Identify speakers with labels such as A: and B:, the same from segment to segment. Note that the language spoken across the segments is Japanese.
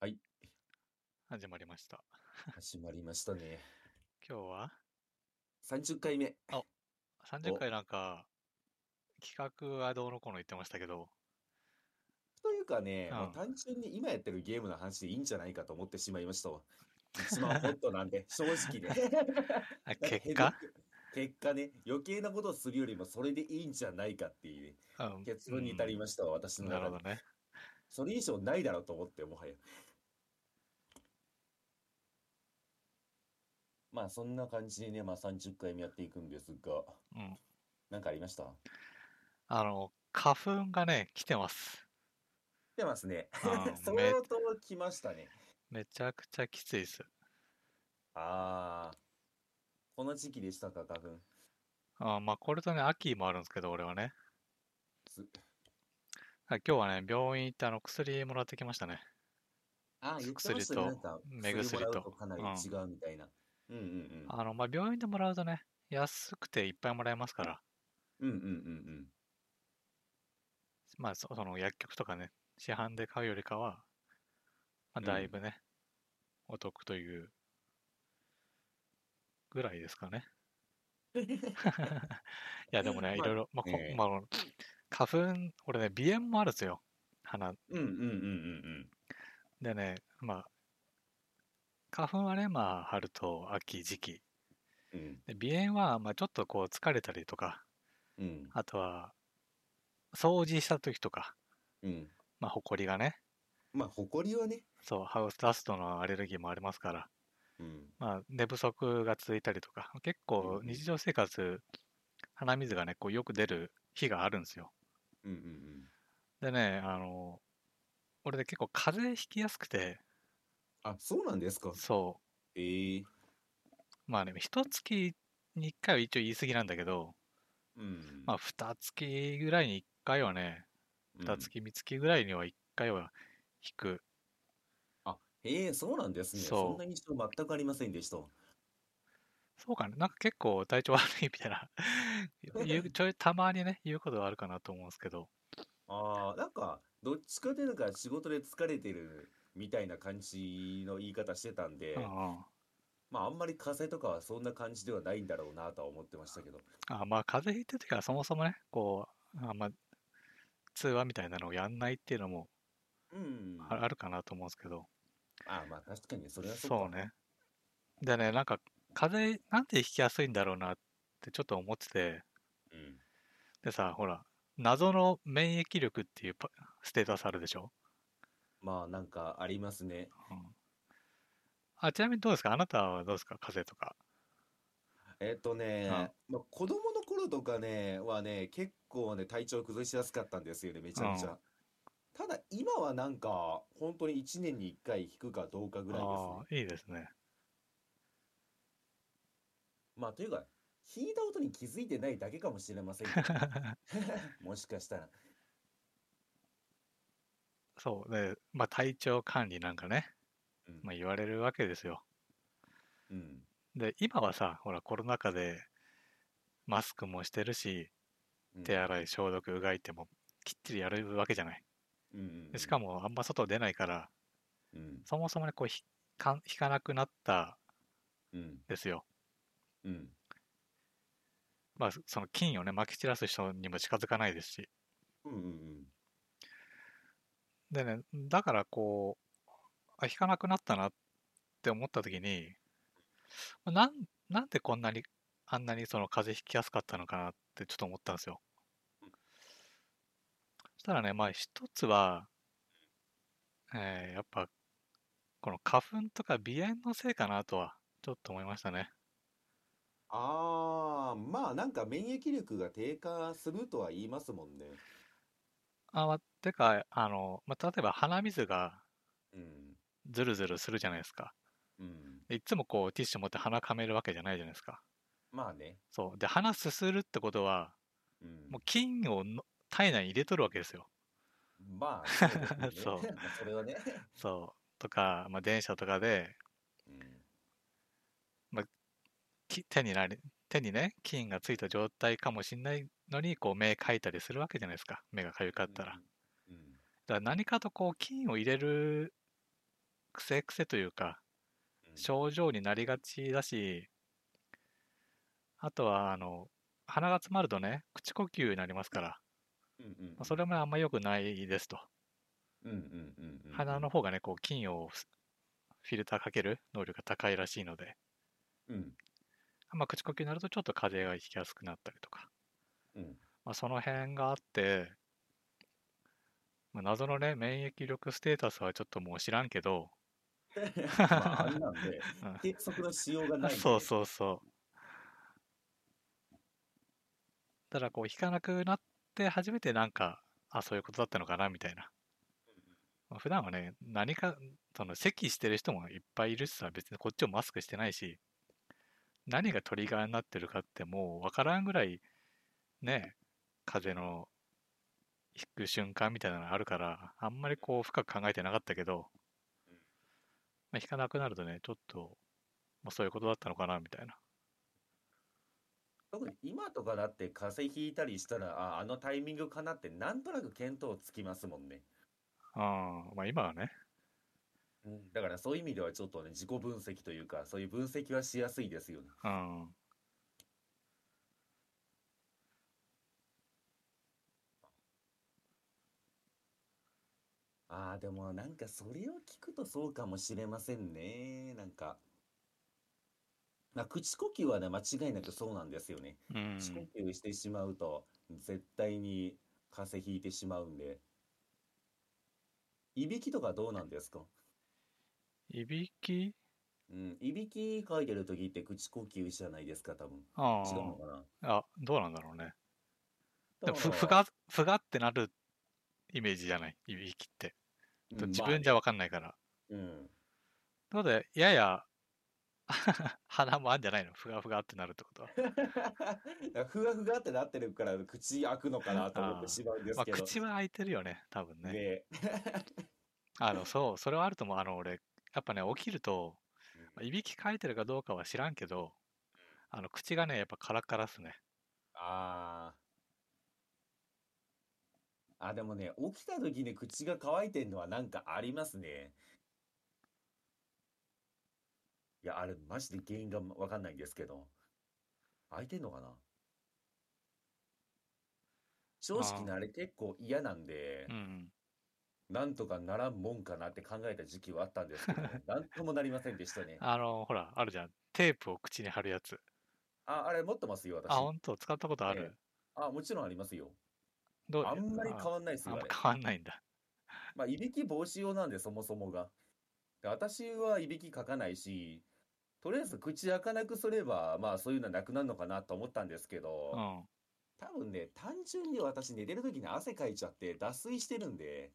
A: はい、
B: 始まりました。
A: 始まりましたね。
B: 今日は
A: 30回目。
B: あ、30回なんか、企画はどうのこうの言ってましたけど。
A: というかね、もう単純に今やってるゲームの話でいいんじゃないかと思ってしまいましたわ。一番ホットな んで、正直ね。
B: あ結果
A: 結果ね、余計なことをするよりもそれでいいんじゃないかっていう、ね、結論に至りましたわ、うん、私の
B: 中で。なるほどね。
A: それ以上ないだろうと思って、もはや。まあそんな感じでね、まあ、30回目やっていくんですが、
B: うん、
A: なんかありました
B: あの花粉がね来てます
A: 来てますね 相当来ましたね
B: めちゃくちゃきついです
A: ああこの時期でしたか花粉
B: あまあこれとね秋もあるんですけど俺はね今日はね病院行ってあの薬もらってきましたね
A: あ言ってましたね
B: 目薬と
A: かなり違うみたいな、うんうんうんうん、
B: あの、まあ、病院でもらうとね、安くていっぱいもらえますから。
A: うんうんうんうん。
B: まあ、その薬局とかね、市販で買うよりかは、まあ、だいぶね、うん、お得というぐらいですか ね。いや、でもね、いろいろ、まあ、えー、まあ、花粉、俺ね、鼻炎もあるんですよ。鼻。うん
A: うんうんうんうん。
B: でね、まあ、花粉はね、まあ、春と秋時期、
A: うん、
B: で鼻炎は、まあ、ちょっとこう疲れたりとか、
A: うん、
B: あとは掃除した時とか、
A: うん、
B: まあほこりがね
A: まあほこりはね
B: そうハウスダストのアレルギーもありますから、
A: うん、
B: まあ寝不足が続いたりとか結構日常生活、うん、鼻水がねこうよく出る日があるんですよ、
A: うんうん
B: うん、でねあの俺で結構風邪ひきやすくて
A: あ、そうなんですか。。
B: そう
A: ええー、
B: まあね、一月に一回は一応言い過ぎなんだけど、
A: うん、
B: まあ二月ぐらいに一回はね、二月三月ぐらいには一回は引く。うん、
A: あ、へえー、そうなんですね。そそんなに人全くありませんでした。
B: そうかね、なんか結構体調悪いみたいなちょいたまにね、言うことがあるかなと思うんですけど。
A: ああ、なんか、どっちかというと、仕事で疲れてるみたいな感じの言い方してたんで、
B: あ
A: まああんまり火災とかはそんな感じではないんだろうなとは思ってましたけど
B: あまあ風邪ひいてる時はそもそもねこうあんま通話みたいなのをやんないっていうのもあるかなと思うんですけど、
A: ああまあ確かにそれは
B: そうねでねなんか風邪なんでひきやすいんだろうなってちょっと思ってて、
A: うん、
B: でさほら謎の免疫力っていうステータスあるでしょ
A: まあなんかありますね、
B: うん、あちなみにどうですかあなたはどうですか風邪とか
A: えっ、ー、とね、まあ、子供の頃とかねはね結構ね体調崩しやすかったんですよねめちゃくちゃ、うん、ただ今はなんか本当に1年に1回引くかどうかぐらいです
B: ねいいですね
A: まあというか引いた音に気づいてないだけかもしれませんもしかしたら
B: そうで、まあ、体調管理なんかね、うん、まあ、言われるわけですよ。
A: うん、
B: で今はさほらコロナ禍でマスクもしてるし手洗い消毒うがいってもきっちりやるわけじゃない。
A: うんうんうん、
B: しかもあんま外出ないから、
A: うん、
B: そもそもねこうひか引かなくなった
A: ん
B: ですよ。
A: うん、
B: まあその菌をねまき散らす人にも近づかないですし。
A: うんうんうん
B: でね、だからこう、あ、弾かなくなったなって思った時に、なん、なんでこんなに、あんなにその風邪ひきやすかったのかなってちょっと思ったんですよ。そしたらね、まあ一つは、えー、やっぱ、この花粉とか鼻炎のせいかなとは、ちょっと思いましたね。
A: ああ、まあなんか免疫力が低下するとは言いますもんね。
B: あ、まあ、てか、あの、まあ、例えば鼻水が、ずるずるするじゃないですか。
A: うん、
B: いつもこう、ティッシュ持って鼻かめるわけじゃないじゃないですか。
A: まあね。
B: そう。で、鼻すするってことは、
A: うん、
B: もう菌を体内に入れとるわけですよ。
A: まあ、そう、ね、
B: そう
A: それはね。
B: そう。とか、まあ、電車とかで、
A: うん、
B: まあ、手になり、手にね、菌がついた状態かもしれないのにこう目かいたりするわけじゃないですか目がかゆかったら、
A: うんうん、
B: か
A: だ
B: ら何かとこう菌を入れる癖癖というか、
A: うん
B: 症状になりがちだし、あとは、あの、鼻が詰まるとね、口呼吸になりますから、
A: うんうん
B: まあそれもあんま良くないですと。
A: うんうんうんうんうん
B: 鼻の方がね、こう、菌をふフィルターかける能力が高いらしいので、
A: うん
B: まあ、口呼吸になるとちょっと風邪がひきやすくなったりとか、
A: うん
B: まあ、その辺があって、まあ、謎のね、免疫力ステータスはちょっともう知らんけど、
A: まああれなんで
B: うん
A: 計測のしようがないんで
B: そうそうそう。ただこう弾かなくなって初めてなんか、あ、そういうことだったのかなみたいな。まあ普段はね、何か、その咳してる人もいっぱいいるしさ、別にこっちをマスクしてないし、何がトリガーになってるかってもうわからんぐらい、ね、風邪の引く瞬間みたいなのがあるから、あんまりこう深く考えてなかったけど、まあ、弾かなくなるとね、ちょっと、まあ、そういうことだったのかなみたいな。
A: 特に今とかだって風邪ひいたりしたらああのタイミングかなってなんとなく見当つきますもんね
B: ああ、まあ今はね。
A: だからそういう意味ではちょっとね自己分析というかそういう分析はしやすいですよね
B: うん。
A: ああでもなんかそれを聞くとそうかもしれませんねなんかまあ口呼吸はね間違いなくそうなんですよね
B: うん。
A: 口呼吸してしまうと絶対に風邪ひいてしまうんでいびきとかどうなんですか
B: いびき
A: うん、いびきかいてる時って口呼吸じゃないですか多分
B: あ
A: 違うのかな
B: あ。あ、どうなんだろうね。で
A: だ
B: も
A: か
B: ふ、
A: ら
B: ふが、ふがってなるイメージじゃないいびきって。
A: うん
B: 自
A: まあ
B: 分じゃわかんないから。
A: うん
B: なので、やや、 鼻もあんじゃないのふがふがってなるってことは。
A: なんかふわふわってなってるから口開くのかなと思ってしまうんです
B: まあ、
A: けど。
B: 口は開いてるよね、多分ね。
A: ね
B: あの、そう、それはあると思う。あの、俺、やっぱね、起きると、まあいびきかいてるかどうかは知らんけど、あの、口がね、やっぱカラッカラっすね。
A: あーあ、でもね、起きた時に口が乾いてんのはなんかありますね。いや、あれ、マジで原因がわかんないんですけど。開いてんのかな正直なあれ結構嫌なんで
B: う、ん。
A: なんとかならんもんかなって考えた時期はあったんですけど、 なんともなりませんでしたね。
B: あの、ほら、あるじゃん。テープを口に貼るやつ。
A: あ、あれ持ってますよ、
B: あ、
A: 私。
B: 本当使ったことあ
A: え
B: る。
A: あ、もちろんありますよ。
B: どう
A: あんまり
B: あ
A: 変わんないです
B: あ
A: よ、
B: ん
A: あ
B: ま
A: れ。
B: 変わんないんだ。
A: まあ、いびき防止用なんで、そもそもが。で私はいびきかかないし、とりあえず口開かなくすれば、まあ、そういうのはなくなるのかなと思ったんですけ
B: う
A: ど、
B: ん。
A: 多分ね、単純に私寝てる時に汗かいちゃって、脱水してるんで、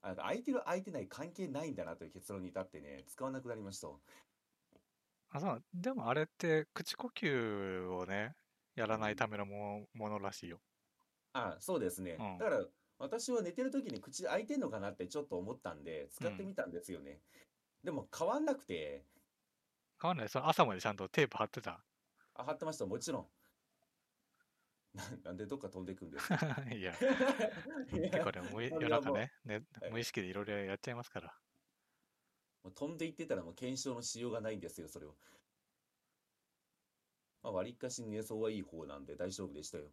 A: あ開いてる開いてない関係ないんだなという結論に至ってね、使わなくなりました。
B: あ、そう。でもあれって、口呼吸をね、やらな
A: う
B: い
A: ん
B: ためのも、ものらしいよ。
A: あ、そうですね
B: うん。
A: だから、私は寝てる時に口開いてんのかなってちょっと思ったんで、使ってみたんですよね。でも変わんなくて、
B: 変わんない。その朝までちゃんとテープ貼ってた。
A: あ、貼ってました、もちろん。な、なん でどっか飛んでく んですか
B: いや、
A: いや
B: 結構ね、無意
A: あれ
B: 夜
A: は
B: 中
A: もう
B: ね、ね
A: はい
B: 無意識でいろいろやっちゃいますから。
A: もう飛んでいってたらもう検証のしようがないんですよ、それは。まあ、割りかし寝相はいい方なんで大丈夫でしたよ。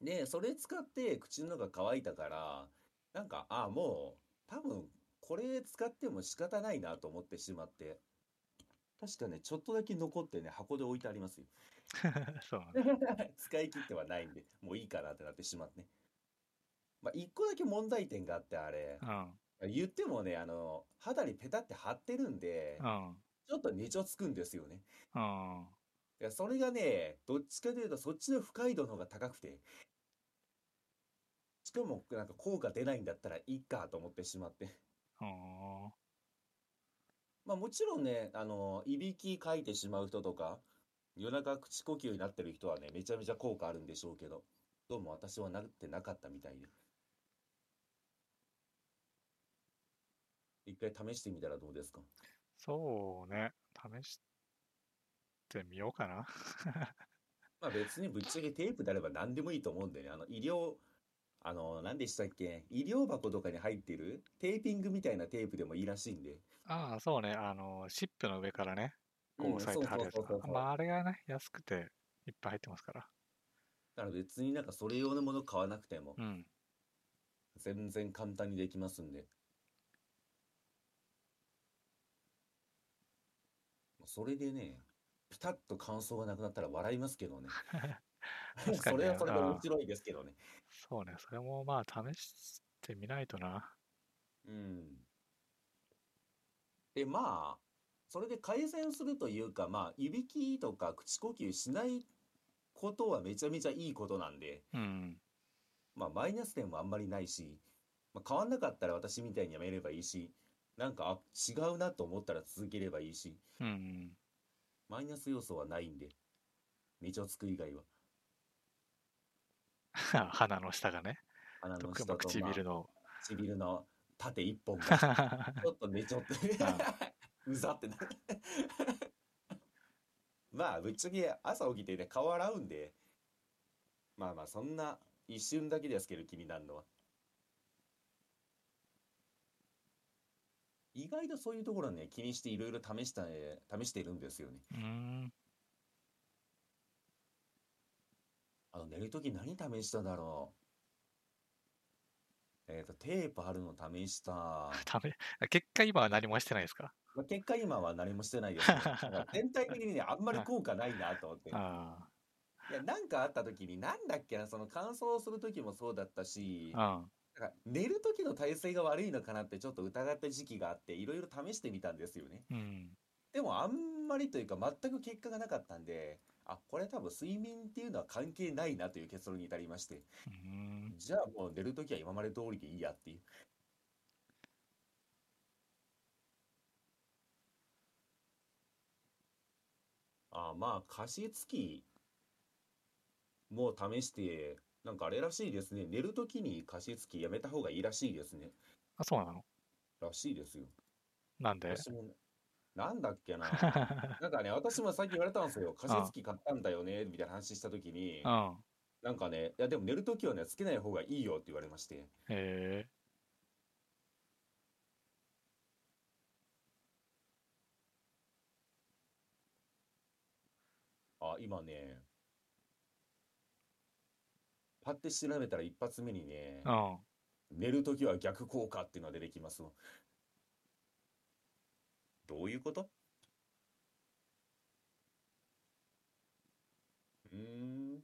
A: で、それ使って口の中乾いたから、なんか、ああ、もう、多分、これ使っても仕方ないなと思ってしまって。確かね、ちょっとだけ残ってね、箱で置いてありますよ。
B: そうなんだ。
A: 使い切ってはないんで、もういいかなってなってしまってね。まあ、一個だけ問題点があって、あれ
B: う、ん。
A: 言ってもね、あの、肌にペタって貼ってるんで、
B: うん。
A: ちょっとネチョつくんですよね。
B: うん。
A: いや、それがね、どっちかというと、そっちの不快度の方が高くて、しかも、なんか効果出ないんだったらいいかと思ってしまって。
B: うん。
A: まあもちろんね、あの、いびきかいてしまう人とか、夜中口呼吸になってる人はね、めちゃめちゃ効果あるんでしょうけど、どうも私はなってなかったみたいで。一回試してみたらどうですか
B: そうね。試してみようかな。
A: まあ別にぶっちゃけテープであれば何でもいいと思うんでね、あの医療、あの、何でしたっけ医療箱とかに入ってるテーピングみたいなテープでもいいらしいんで。
B: ああ、そうね。あの、シップの上からね、こう
A: うん、
B: 押さ
A: そ
B: え
A: う
B: て貼る
A: そう
B: やつ
A: そうそう
B: だ。
A: そう。
B: まあ、あれがね、安くていっぱい入ってますから。
A: だから別になんかそれ用のもの買わなくても、
B: うん。
A: 全然簡単にできますんで。それでね、ピタッと感想がなくなったら笑いますけどね。
B: 確かにね
A: それはそれで面白いですけどね。
B: そうね。それもまあ、試してみないとな。
A: うん。で、まあ、それで改善するというか、まあ、いびきとか口呼吸しないことはめちゃめちゃいいことなんで、
B: うん。
A: まあ、マイナス点もあんまりないし、まあ、変わんなかったら私みたいにやめればいいし、なんか、あ、違うなと思ったら続ければいいし、
B: うん。
A: マイナス要素はないんで、道をつく以外は、
B: 鼻の下がね。
A: 鼻の
B: 特に
A: 下と、まあ
B: 唇の。
A: 唇の縦一 本が、ちょっとね、ちょっと、うざってなる。 まあ、ぶっちゃけ朝起きてね、顔洗うんで、まあまあ、そんな一瞬だけですけど、気になるのは。意外とそういうところね、気にしていろいろ試した、ね、試しているんですよね。
B: うん。
A: あの、寝るとき何試しただろう。えっと、テープ貼るの試した。
B: ダメ。結果今は何もしてないですか
A: まあ結果今は何もしてないですけど、だから全体的にね、あんまり効果ないなと思って。
B: あ
A: いや、なんかあった時に、なんだっけな、その乾燥する時もそうだったし、
B: あ。うん。
A: なんか寝る時の体勢が悪いのかなってちょっと疑った時期があって、いろいろ試してみたんですよね。
B: うん。
A: でもあんまりというか全く結果がなかったんで、あ、これ多分睡眠っていうのは関係ないなという結論に至りまして、
B: うん。
A: じゃあもう寝る時は今まで通りでいいやっていう。あまあ、加湿器も試して、なんかあれらしいですね。寝る時に加湿器やめた方がいいらしいですね。
B: あ、そうなの
A: らしいですよ。
B: なんで
A: 私も、なんだっ けな。なんかね、私もさっき言われたんですよ。加湿器買ったんだよね、みたいな話した時に
B: う、ん。
A: なんかね、いやでも寝る時はね、つけない方がいいよって言われまして。
B: へえ。
A: あ、今ね、パッて調べたら一発目にね
B: う、ん。
A: 寝るときは逆効果っていうのが出てきますわ。どういうことうーん。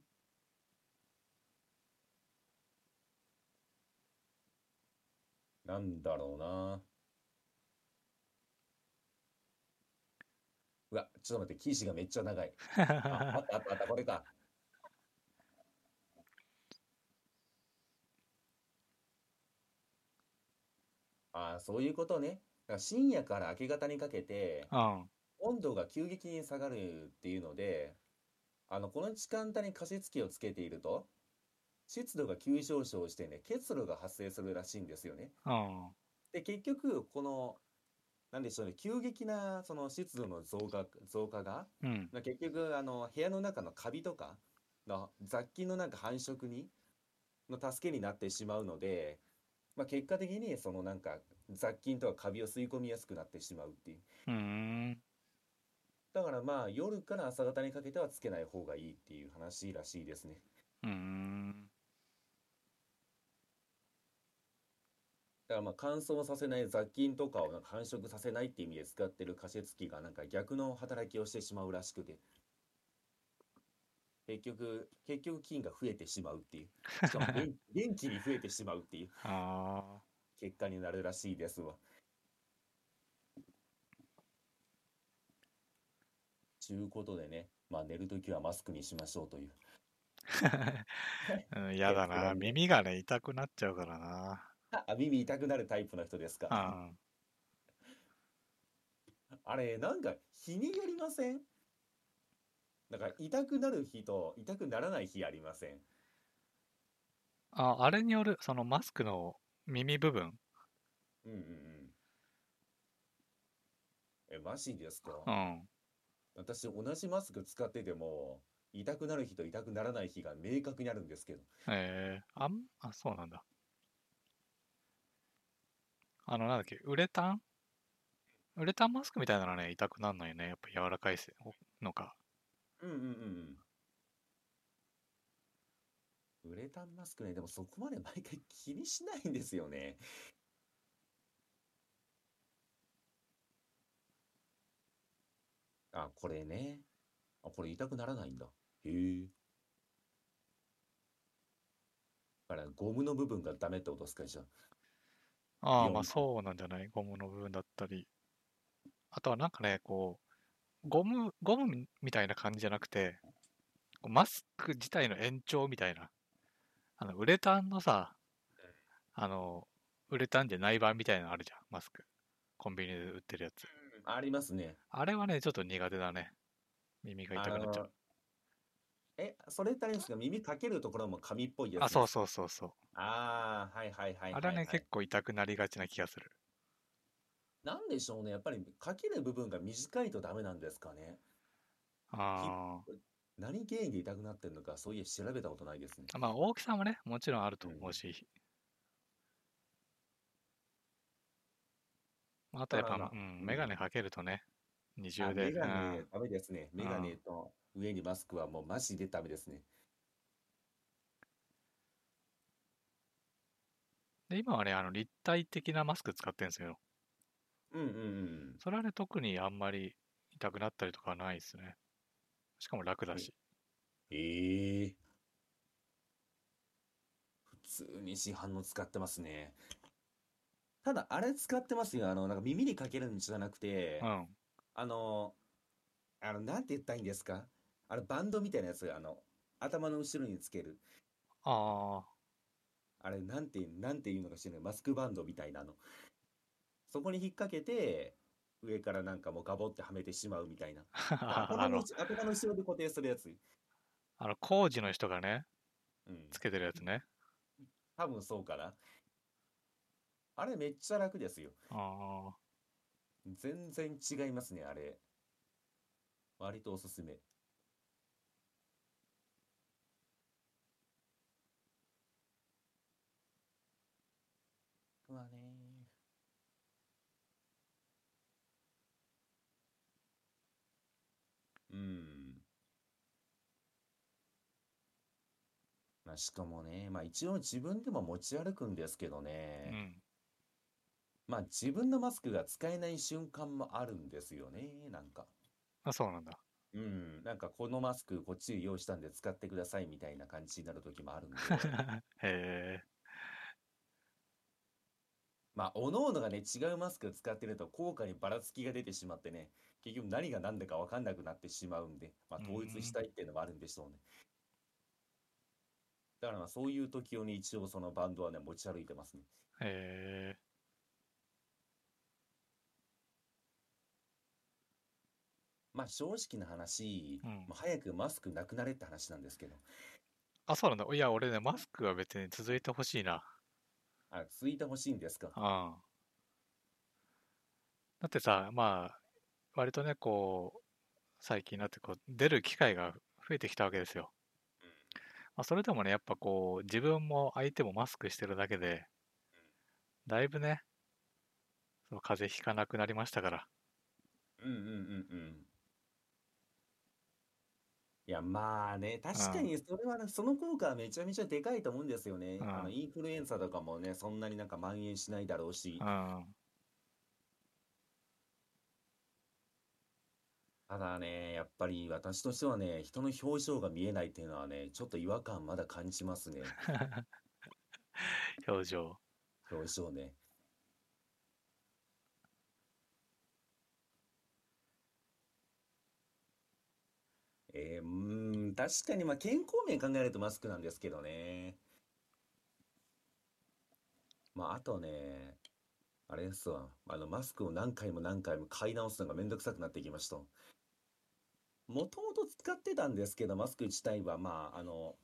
A: なんだろうな。うわ、ちょっと待って、記事がめっちゃ長い。あ、あったあったあった、これか。ああ、そういうことね。だから深夜から明け方にかけて、
B: うん。
A: 温度が急激に下がるっていうので、あの、この時間帯に加湿器をつけていると、湿度が急上昇してね、結露が発生するらしいんですよね。
B: うん。
A: で、結局、この、なんでしょうね、急激なその湿度の増加、増加が、
B: うん。
A: まあ結局あの部屋の中のカビとかの雑菌のなんか繁殖にの助けになってしまうので、まあ、結果的にそのなんか雑菌とかカビを吸い込みやすくなってしまうっていう
B: うん。
A: だからまあ夜から朝方にかけてはつけない方がいいっていう話らしいですね
B: うん。
A: だからまあ乾燥させない雑菌とかをなんか繁殖させないっていう意味で使ってる加湿器がなんか逆の働きをしてしまうらしくて結局結局菌が増えてしまうっていうしかも元元気に増えてしまうっていう
B: あ
A: 結果になるらしいですわちゅうことでねまあ寝るときはマスクにしましょうという
B: あ。 うん、やだな。耳がね、痛くなっちゃうからな。
A: あ耳痛くなるタイプの人ですか
B: うん。
A: あれ、なんか日によりませんなんか痛くなる日と痛くならない日ありません
B: あ、あれによる、そのマスクの耳部分。
A: うんうんうん。え、マジですか
B: うん。
A: 私同じマスク使ってても、痛くなる日と痛くならない日が明確にあるんですけど。
B: えー、あん、あ、そうなんだ。あの、なんだっけ、ウレタンウレタンマスクみたいなのはね、痛くなんないね。やっぱ柔らかいせのか。
A: うんうんうんうん。ウレタンマスクね、でもそこまで毎回気にしないんですよね。あ、これね。あ、これ痛くならないんだ。へえ。だからゴムの部分がダメってことですか、じゃあ。
B: ああ、
A: い
B: ま
A: や
B: あそうなんじゃないゴムの部分だったり。あとはなんかね、こう、ゴム、ゴムみたいな感じじゃなくて、こうマスク自体の延長みたいな。あの、ウレタンのさ、あの、ウレタンじゃない版みたいなのあるじゃん、マスク。コンビニで売ってるやつ。
A: ありますね。
B: あれはね、ちょっと苦手だね。耳が
A: あ
B: 痛くなっちゃう
A: の、。え、それってあれですか、耳かけるところも紙っぽいや
B: あ、
A: つで
B: そう
A: すか。
B: そうそうそう。
A: ああ、はいはいはい
B: あ
A: はい
B: れは
A: はい
B: ね、結構痛くなりがちな気がする。
A: なんでしょうね。やっぱりかける部分が短いとダメなんですかね。
B: あ
A: 何原因で痛くなってるのか、そういえば調べたことないですね。
B: あ。まあ、大きさもね、もちろんあると
A: うん
B: 思うし。まああとやっぱ、
A: だから
B: うん、
A: うん
B: メガネかけるとね、二
A: あ、
B: 重で。
A: メ
B: う
A: ガネ
B: ん。
A: ダメですね。メガネと上にマスクはもうマジでダメですね。
B: で、今はね、あの、立体的なマスク使ってるんですよ。
A: うんうんうん
B: それはね、特にあんまり痛くなったりとかはないですね。しかも楽だ
A: うん。
B: し。
A: ええ普通に市販の使ってますね。ただ、あれ使ってますよ。あの、なんか耳にかけるんじゃなく
B: う
A: て、
B: ん。
A: あの、あの、なんて言ったらいいんですかあの、バンドみたいなやつ、あの、頭の後ろにつける。
B: あ
A: あれ、なんて、なんていうのか知らない。マスクバンドみたいなの。そこに引っ掛けて、上からなんかもうガボってはめてしまうみたいな。で
B: あ。
A: 頭
B: あ
A: の
B: の、
A: 後、頭の後ろで固定するやつ。
B: あの、工事の人がね、
A: うん。
B: つけてるやつね。
A: 多分そうかな。あれめっちゃ楽ですよ。
B: ああ。
A: 全然違いますね、あれ。割とおすすめ。うわねうん。まあ、しかもね、まあ一応自分でも持ち歩くんですけど
B: う
A: ね。
B: ん。
A: まあ自分のマスクが使えない瞬間もあるんですよね、なんか。
B: あ、そうなんだ。
A: うん、なんかこのマスクこっち用意したんで使ってくださいみたいな感じになる時もある んで、
B: へえ。
A: まあ、おののがね、違うマスク使ってると効果にばらつきが出てしまってね、結局何が何だか分かんなくなってしまうんで、まあ、
B: う
A: 統一し
B: ん。
A: たいっていうのもあるんでしょうね。だからまあそういう時用に一応そのバンドはね、持ち歩いてますね。
B: へえ。
A: まあ正直な話、
B: うん。
A: もう早くマスクなくなれって話なんですけど、
B: あ、そうなんだ。いや、俺ね、マスクは別に続いてほしいな。
A: あ、続いてほしいんですか。
B: うん。だってさ、まあ、割とね、こう、最近になってこう、出る機会が増えてきたわけですよ。
A: うん
B: まあ、それでもね、やっぱこう、自分も相手もマスクしてるだけで、だいぶね、その風邪ひかなくなりましたから。
A: うんうんうんうん。いや、まあね、
B: う
A: 確か
B: ん。
A: にそれはね、その効果はめちゃめちゃでかいと思うんですよ
B: う
A: ね。あの、
B: ん。
A: インフルエンザとかもね、そんなになんか蔓延しないだろう
B: う
A: し、
B: ん。
A: ただね、やっぱり私としてはね、人の表情が見えないっていうのはね、ちょっと違和感まだ感じますね、
B: 表情。
A: 表情ね。えー、うーん、確かに、まあ、健康面考えるとマスクなんですけどね。まあ、あとね、あれですわ。あの、マスクを何回も何回も買い直すのがめんどくさくなってきました。もともと使ってたんですけど、マスク自体は、まあ、あの、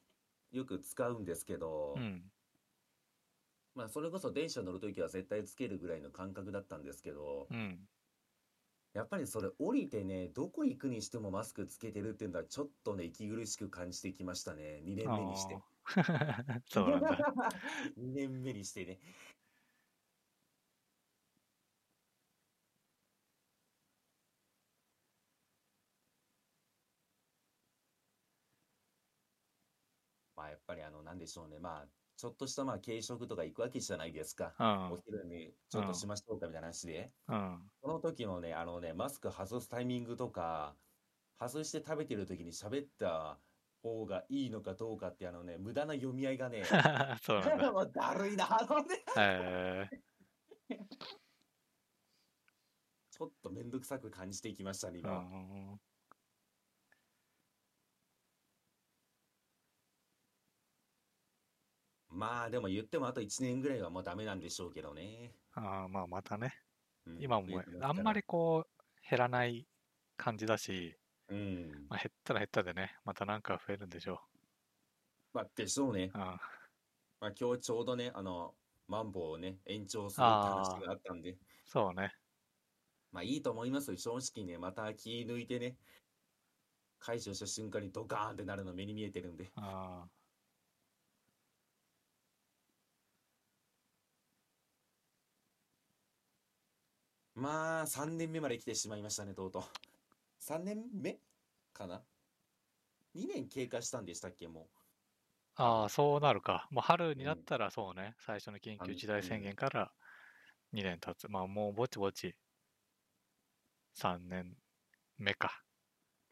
A: よく使うんですけ
B: う
A: ど、
B: ん。
A: まあ、それこそ電車乗るときは絶対つけるぐらいの感覚だったんですけど、
B: うん。
A: やっぱりそれ降りてね、どこ行くにしてもマスクつけてるっていうのはちょっとね、息苦しく感じてきましたね。2年目にして。
B: ああ、 そうなんだ。
A: 2年目にしてね。まあやっぱりあの、なんでしょうね。まあ、ちょっとしたまあ軽食とか行くわけじゃないですか。
B: うん、
A: お昼にち
B: う
A: ょっと
B: ん、
A: しましょうかみたいな話で。
B: うん。
A: その時のね、あのね、マスク外すタイミングとか、外して食べてる時に喋った方がいいのかどうかって、あのね、無駄な読み合いがね、
B: そうなんだ。
A: もうだるいな、あのね
B: えー、
A: ちょっとめんどくさく感じてきましたね、
B: う
A: 今は。
B: ん。
A: まあ、でも言ってもあと1年ぐらいはもうダメなんでしょうけどね。
B: ああ、まあまたね、
A: うん、
B: 今
A: 増え
B: も
A: てま
B: あ
A: す
B: ん
A: か
B: ま
A: ら。
B: りこう減らない感じだし、
A: うん。
B: まあ、減ったら減ったでね、またなんか増えるんでしょ
A: まあ、でしょうね。
B: う。あ
A: まあ、今日ちょうどね、あの、マンボウをね、延長するって話
B: あー、
A: があったんで、
B: そうね。
A: まあいいと思いますよ。正直ね、また気抜いてね、解除した瞬間にドカーンってなるの目に見えてるんで。
B: ああ、
A: まあ、3年目まで来てしまいましたね、とうとう。3年目かな ?2 年経過したんでしたっけ、も
B: ああ、そうなるか。もう春
A: う。
B: に
A: う
B: なっ
A: ん。
B: たらそうね、最初の緊
A: あ
B: 急
A: ん、
B: 事態
A: う
B: 宣
A: ん。
B: 言から2年経つ。まあもうぼちぼち3年目か、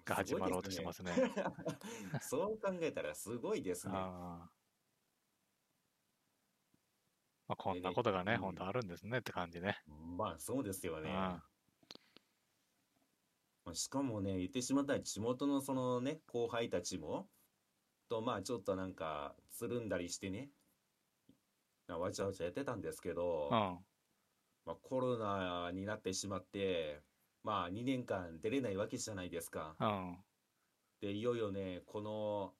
B: が
A: す
B: 始
A: ごい
B: ま
A: で
B: ろう
A: す
B: としてま
A: ね。
B: すね。
A: そう考えたらすごいですね。
B: ああ、まあこん
A: で
B: な
A: ね、
B: ことが
A: う
B: ね、本
A: ん。
B: 当あるんですねって感じね。
A: まあ、そうですよ
B: う
A: ね。
B: ん、
A: まあしかもね、言ってしまったら地元のそのね、後輩たちも、とまあちょっとなんか、つるんだりしてね、なわちゃわちゃやってたんですけ
B: う
A: ど、
B: ん、
A: まあ、コロナになってしまって、まあ2年間出れないわけじゃないですか。
B: うん。
A: で、いよいよね、この、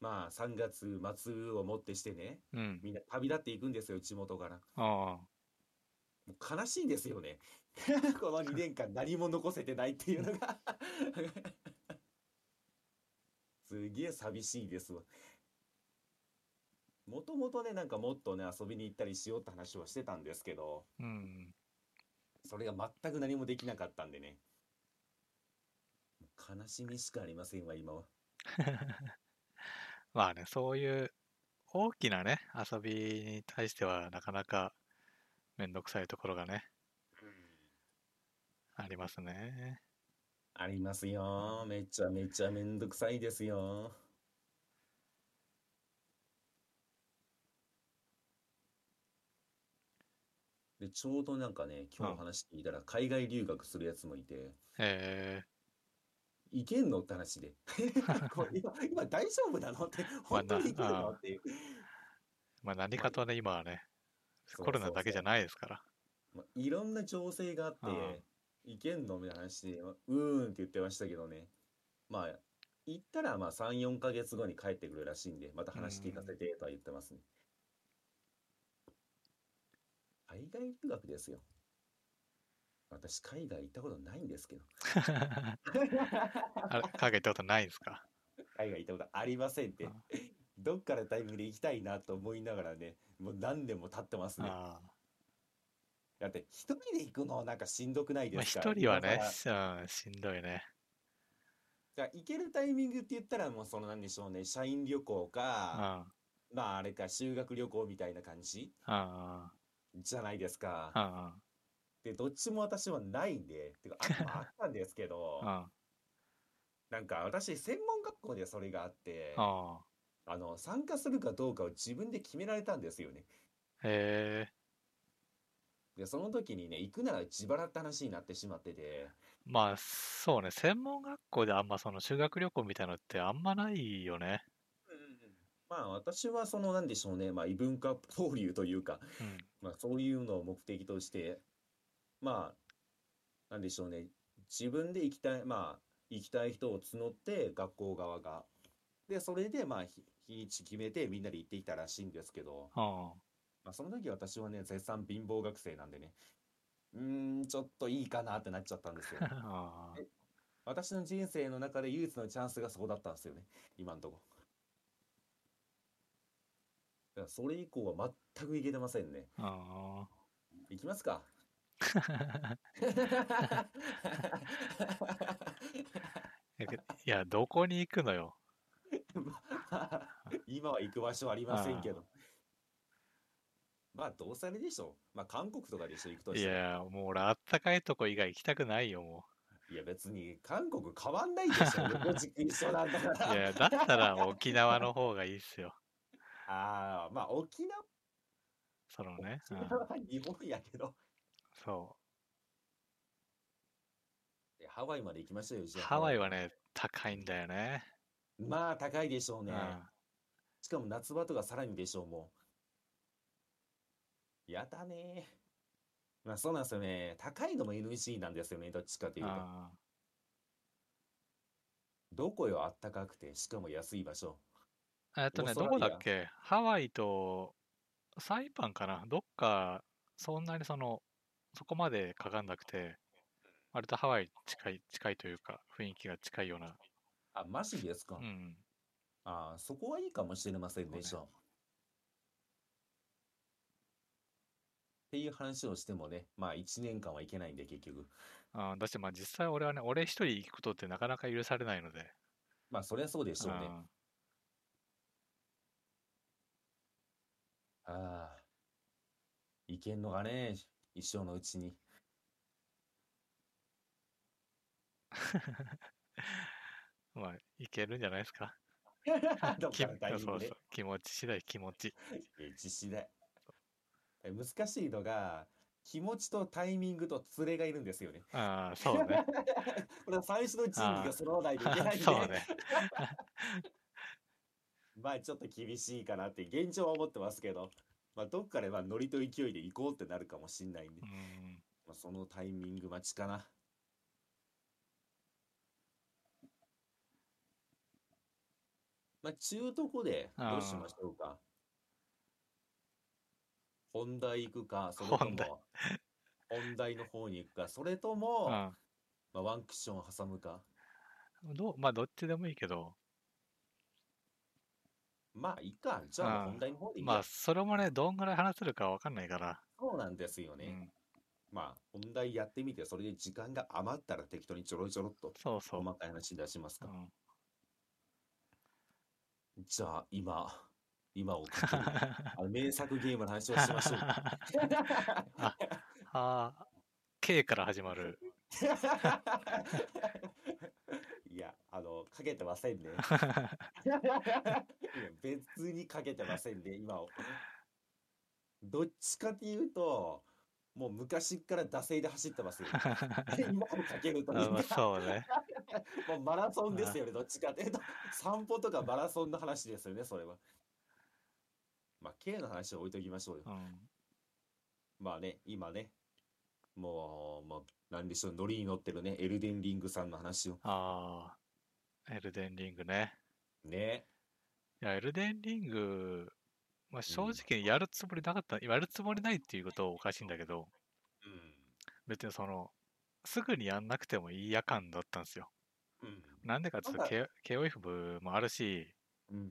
A: まあ3月末をもってしてね、
B: うん。
A: みんな旅立っていくんですよ、地元から。
B: ああ。
A: もう悲しいんですよね。この2年間何も残せてないっていうのが すげえ寂しいですわ。もともとね、なんかもっとね、遊びに行ったりしようって話をしてたんですけど、
B: うん。
A: それが全く何もできなかったんでね、悲しみしかありませんわ、今は。
B: まあね、そういう大きなね、遊びに対してはなかなかめんどくさいところがね、
A: うん
B: ありますね。
A: あります
B: うん
A: よ。めちゃめちゃめんどくさいですよ。で、ちょうどなんかね、
B: う
A: 今日
B: ん。
A: 話聞いたら、海外留学するやつもいて、
B: え
A: いけんのって 話で。これ
B: ー
A: 今、今大丈夫なのって、
B: まあ
A: 本当
B: な、
A: にいけるの
B: あ
A: っ
B: ー
A: ていう。
B: まあ何
A: まあ、
B: かとね、今はね、
A: そ
B: コ
A: う
B: ロナ
A: そう
B: だけじゃ
A: そ
B: ないですから。
A: う。まあ、いろんな情勢があっ
B: うん。
A: て、いけんのみたいな話で、まあうーんって言ってましたけどね。まあ、行ったらまあ3、4ヶ月後に帰ってくるらしいんで、また
B: う
A: 話聞かせ
B: ん。
A: てとは言ってますね。海外留学ですよ。私、海外行ったことないんですけど。
B: あれ、海外行ったことないんですか
A: 海外行ったことありません
B: あ
A: って。どっからタイミングで行きたいなと思いながらね、もう何年も経ってますね。
B: あー。
A: だって、一人で行くのなんかしんどくないで
B: まあ
A: すか
B: 一人は
A: 今か
B: ね、
A: ら。
B: しうん、しんどいね。
A: じゃあ、行けるタイミングって言ったら、もうその何でしょうね、社員旅行
B: う
A: か、
B: ん。
A: まああれか、修学旅行みたいな感じ
B: あ
A: じゃないですか。
B: あ。うん。
A: で、どっちも私はないんで、てか、あ、まああったんですけ
B: う
A: ど、
B: ん。
A: なんか私、専門学校でそれがあって、
B: ああ。
A: あの、参加するかどうかを自分で決められたんですよね。
B: へえ。
A: で、その時にね、行くなら自腹って話になってしまってて、
B: まあそうね、専門学校であんまその修学旅行みたいなのってあんまないよね。
A: うんうんうんまあ私はそのなんでしょうね、まあ異文化交流というか、
B: うん。
A: まあそういうのを目的として、まあなんでしょうね、自分で行きたい、まあ行きたい人を募って学校側が。で、それでまあ日、日にち決めてみんなで行ってきたらしいんですけど、
B: あ
A: まあその時私はね、絶賛貧乏学生なんでね、うーん、ちょっといいかなってなっちゃったんですよ。
B: あー
A: 私の人生の中で唯一のチャンスがそこだったんですよね、今んとこ。だからそれ以降は全くいけてませんね。
B: あ
A: いきますか。
B: ーいや、どこに行くのよ。
A: 今は行く場所ありませんけど。まあ、どうせあれでしょう。まあ、韓国とかでしょ、行くと
B: い
A: したら。
B: や、もう俺、あったかいとこ以外行きたくないよ、も
A: いや、別に韓国変わんないで しょ。横軸一緒なんだか
B: う。い
A: ら。
B: や、だ ったら沖縄の方がいいっすよ。
A: ああ、まあ、沖縄
B: そのね。う
A: 沖
B: ん
A: 縄 は日本やけど。
B: そ
A: でハワイまで行きましょうよ、
B: う。
A: じゃあ
B: ハワイ
A: は。
B: はね、高いんだよね。
A: まあ、高いでしょう
B: う
A: ね。
B: ん。
A: しかも夏場とかさらにでしょう、もう。やだねまあ、そうなんですよね。高いのも NEC なんですよね、どっちかというと。
B: あ
A: どこよ、あったかくて、しかも安い場所。
B: ーえっと
A: オ
B: ね、
A: ースト
B: ど
A: ラ
B: こ
A: リ
B: だ
A: ア
B: っけハワイとサイパンかなどっか、そんなにその、そこまでかかんなくて、割とハワイ近い、近いというか、雰囲気が近いような。
A: あ、マジですか。
B: うん。
A: ああ、そこはいいかもしれません
B: そう
A: ね、
B: ね
A: しょ。っていう話をしてもね、まあ1年間はいけないんで、結局。
B: あーだし、まあ実際俺はね、俺一人行くことってなかなか許されないので。
A: まあ、そりゃそうでしょうね。
B: ん
A: ああ、いけんのがね、一生のうち に。
B: まあ、いけるんじゃないですか。
A: どっ
B: き
A: かのタイミン
B: そ
A: グ
B: う
A: で
B: そう。気持ち次第、気持ち。
A: えー実施で。え 難しいのが、気持ちとタイミングと連れがいるんですよね。
B: ああ、 そうね。
A: これは最初の人技が揃わないといけないん で、
B: そうね。
A: まあちょっと厳しいかなって現状は思ってますけど、まあどっかでまあノリと勢いで行こうってなるかもしんないんで
B: う、ん。
A: まあ、そのタイミング待ちかな。まあ中とこでどうしましょうか。本題行くか、それと
B: 本題
A: も本題の方に行くか、それとも、
B: うん
A: まあ、ワンクッション挟むか。
B: どうまあどっちでもいいけど、
A: まあいいか。じ
B: う
A: ゃあもう
B: ん
A: 本題の方でいいや
B: まあそれもね、どんぐらい話せるかわかんないから、
A: そうなんですよ
B: う
A: ね。
B: ん、
A: まあ本題やってみて、それで時間が余ったら適当にちょろちょろっと
B: そうそう、
A: 細かい話出します
B: う
A: か。
B: ん、
A: じゃあ今、今を語るあの名作ゲームの話をしましょう。
B: あー K から始まる、
A: いや、あの、かけてませ んね。いや別にかけてませんね、今を。どっちかっていうと、もう昔から惰性で走ってま すよ。今をかけると
B: あ
A: みんな
B: まあそう ね、
A: もうマラソンですよね、どっちかっていうと。散歩とかマラソンの話ですよね、それは。まあ、K の話を置いときましょうよ。
B: うん、
A: まあね、今ね、もう、まあ、なんでしょう、ノリに乗ってるね、エルデンリングさんの話を。
B: ああ、エルデンリングね。
A: ね。
B: いや、エルデンリング、まあ、正
A: うん
B: 直やるつもりなかった、やるつもりないっていうことはおかしいんだけど、別にその、すぐにやんなくてもいいや感だったんですよ。
A: うん。うん。
B: なんでかっていうと、
A: なん
B: K- KOF 部もあるし、
A: うん。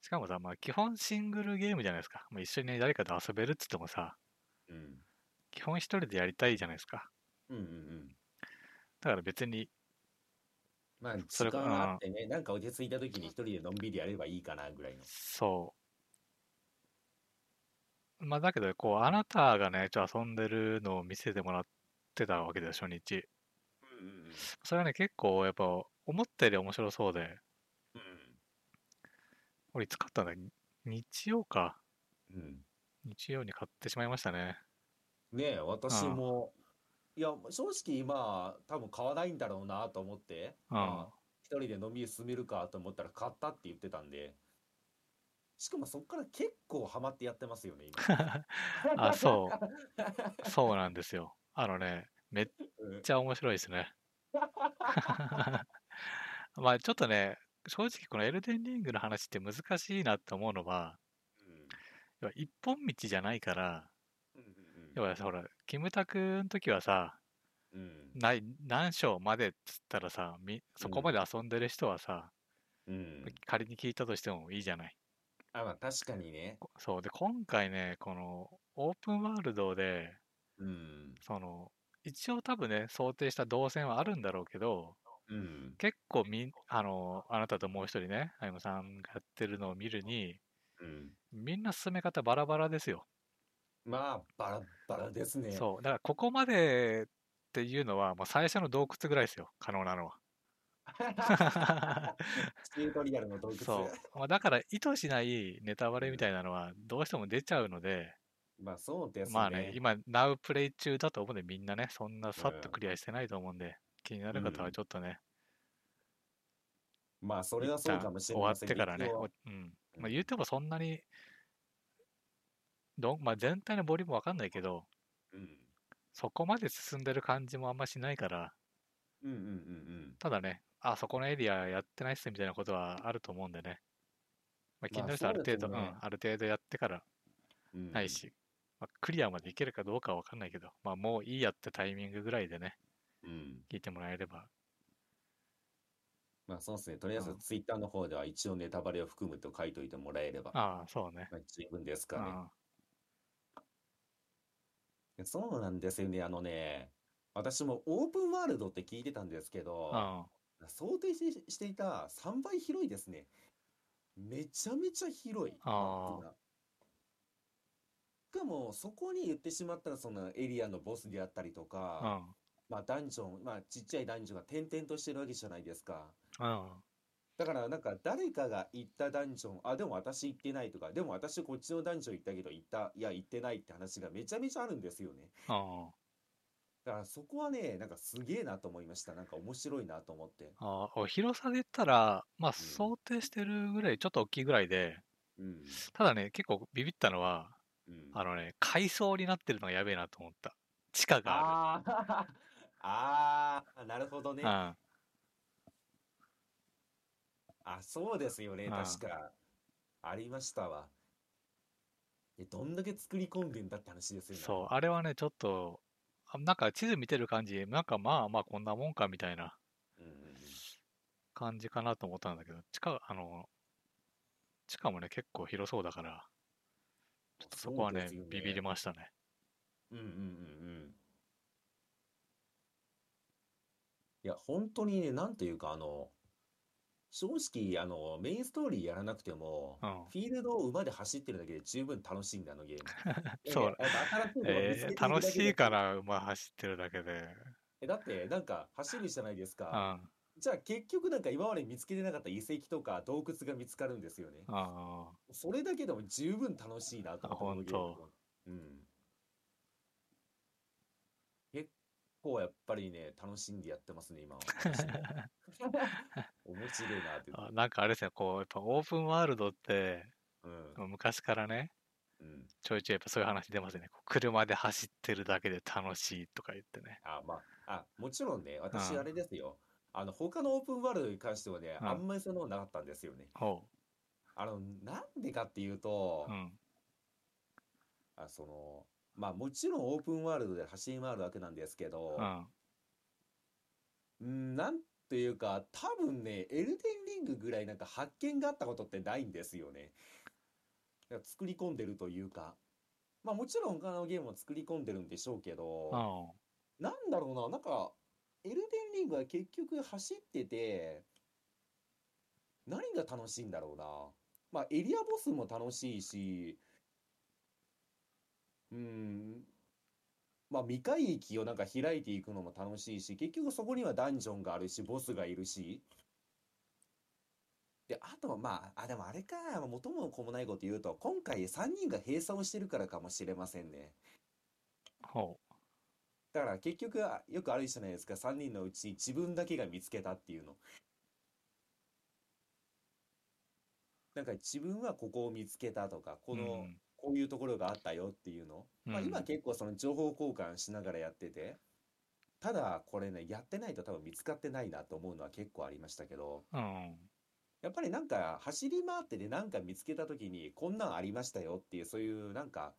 B: しかもさ、まあ、基本シングルゲームじゃないですか。まあ、一緒に誰かと遊べるっつってもさ、
A: うん。
B: 基本一人でやりたいじゃないですか。
A: うんうんうん。
B: だから別に、
A: まあ、
B: そ
A: 時
B: れか
A: 間があってね、なんか落ち着いた時に一人でのんびりやればいいかな、ぐらいの。
B: そう。まあ、だけど、こう、あなたがね、ちょっと遊んでるのを見せてもらってたわけで、初日。
A: うんうんうん。
B: それはね、結構、やっぱ、思ったより面白そうで、俺、いつ買ったんだ日曜か。
A: うん。うん。
B: 日曜に買ってしまいましたね。
A: ねえ、私も、いや、正直今、多分買わないんだろうなと思って、
B: うん
A: まあ一人で飲み進めるかと思ったら買ったって言ってたんで、しかもそっから結構ハマってやってますよね、今。
B: あ、そう。そうなんですよ。あのね、めっ
A: うん。
B: ちゃ面白いですね。 まあちょっとね、正直このエルデンリングの話って難しいなって思うのは、
A: うん
B: 要は一本道じゃないから、
A: うんうんうん
B: 要はさほら、キムタクの時はさ、
A: うん。
B: ない何章までっつったらさ、みそこまで遊んでる人はさ、
A: うん。
B: 仮に聞いたとしてもいいじゃない。
A: あ、まあ確かにね。
B: こそうで、今回ね、このオープンワールドで、
A: うん。
B: その一応多分ね、想定した動線はあるんだろうけど、
A: うん。
B: 結構みんあの、あなたともう一人ね、あゆむさんがやってるのを見るに、
A: うん。
B: みんな進め方バラバラですよ。
A: まあ、バラッバラですね。
B: そう、だからここまでっていうのは、もう最初の洞窟ぐらいですよ、可能なのは。
A: チュートリアルの 洞窟
B: そ。う、まあ、だから意図しないネタバレみたいなのはどうしても出ちゃうので、
A: まあそうですね。
B: まあね、今、Now プレイ中だと思うんで、みんなね、そんなさっと
A: うん
B: クリアしてないと思うんで、気になる方
A: う
B: は
A: ん
B: ちょっとね、
A: まあそれは
B: 一
A: そう
B: 旦
A: かもしれ
B: 終わ
A: ま
B: っ
A: せん
B: てからね、
A: 一
B: お
A: 応
B: うん
A: う
B: まあ、
A: ん
B: 言うてもそんなに、どんまあ、全体のボリュームわかんないけど、
A: うん。
B: そこまで進んでる感じもあんましないから、
A: うんうんうん
B: ただね、あそこのエリアやってないっすみたいなことはあると思うんでね。まあ、気になる人はあ
A: そ
B: る
A: うで
B: 程
A: す
B: 度、うん、
A: ね
B: ある程度やってから
A: うんうん。
B: ないし、まあ、クリアまでいけるかどうかはわかんないけど、まあ、もういいやってタイミングぐらいでね、
A: うん。
B: 聞いてもらえれば。
A: まあそうですね。とりあえ
B: う
A: ず
B: ん
A: ツイッターの方では一応ネタバレを含むと書いといてもらえれば、
B: ああ、そうね。
A: まあ、十分です
B: う
A: かね。
B: ん、
A: いやそうなんですよね。あのね、私もオープンワールドって聞いてたんですけ
B: う
A: ど、
B: ん、
A: 想定ししていた3倍広いですね。めちゃめちゃ広い。マップがしかも、そこに言ってしまったら、そのエリアのボスであったりと
B: う
A: か、
B: ん、
A: まあダンジョン、まあちっちゃいダンジョンが点々としてるわけじゃないですか。
B: うん、
A: だからなんか誰かが行ったダンジョン、あ、でも私行ってないとか、でも私こっちのダンジョン行ったけど行った、いや行ってないって話がめちゃめちゃあるんですよね。
B: うん。
A: だからそこはね、なんかすげえなと思いました。なんか面白いなと思って。
B: ああ、広さで言ったら、まあ、想定してるぐらい、ちょっと大きいぐらいで、
A: うん。
B: ただね、結構ビビったのは、
A: うん、
B: あのね、階層になってるのがやべえなと思った。地下がある。
A: あーあー、なるほどね。あ、
B: あ
A: そうですよね。
B: あ
A: 確か。ありましたわ。え、どんだけ作り込んでんだって話ですよね。
B: そう、あれはね、ちょっと、あなんか地図見てる感じ、なんかまあまあこんなもんかみたいな
A: うんうんうん。
B: 感じかなと思ったんだけど、地下、あの、地下もね、結構広そうだから、ちょっとそこはね、
A: そうですよね
B: ビビりましたね。
A: うんうんうんうん。いや、本当にね、なんというか、あの、正直、あの、メインストーリーやらなくても、
B: うん。
A: フィールドを馬で走ってるだけで十分楽しいんだ、あのゲーム。
B: そう
A: なんかやっぱ新しいものを見
B: え
A: つけてい
B: ー、
A: くだ
B: 楽
A: け
B: しいか
A: で。
B: ら馬走ってるだけで、
A: え、だって、なんか、走るじゃないです
B: う
A: か。
B: ん、
A: じゃあ、結局なんか今まで見つけてなかった遺跡とか洞窟が見つかるんですよね。
B: うん、うん
A: それだけでも十分楽しいなと
B: あ
A: 思ってこの
B: ほ
A: ゲームはうん。結構やっぱりね、楽しんでやってますね、今は。 私も面白いなって。
B: あなんかあれですね、こう、やっぱオープンワールドって、
A: うん。
B: 昔からね、
A: うん。
B: ちょいちょいやっぱそういう話出ますよね。こう車で走ってるだけで楽しいとか言ってね。
A: あ、まあ、あ、もちろんね、私
B: うん
A: あれですよ。あの、他のオープンワールドに関してはね、
B: うん
A: あんまりそういうのなかったんですよね。
B: ほ
A: あの、なんでかっていうと
B: う。う、ん。
A: あ、その、まあもちろんオープンワールドで走り回るわけなんですけど
B: う、ん。
A: うんなんというか、多分ね、エルデンリングぐらいなんか発見があったことってないんですよね。だから作り込んでるというか。まあもちろん他のゲームも作り込んでるんでしょうけ
B: う
A: ど、
B: ん。
A: なんだろうな、なんか、エルデンリングは結局走ってて、何が楽しいんだろうな。まあエリアボスも楽しいし、うん、まあ未開域をなんか開いていくのも楽しいし、結局そこにはダンジョンがあるし、ボスがいるし。で、あとはまあ、あ、でもあれか、元も子もないこと言うと、今回3人が閉鎖をしてるからかもしれませんね。
B: ほう。
A: だから結局、あよくあるじゃないですか、3人のうち自分だけが見つけたっていうの。なんか自分はここを見つけたとか、こ
B: う
A: の、
B: ん
A: こういうところがあったよっていうの。まあ
B: うん
A: 今結構その情報交換しながらやってて、ただこれね、やってないと多分見つかってないなと思うのは結構ありましたけど、
B: うん。
A: やっぱりなんか走り回ってでなんか見つけた時にこんなんありましたよっていう、そういうなんか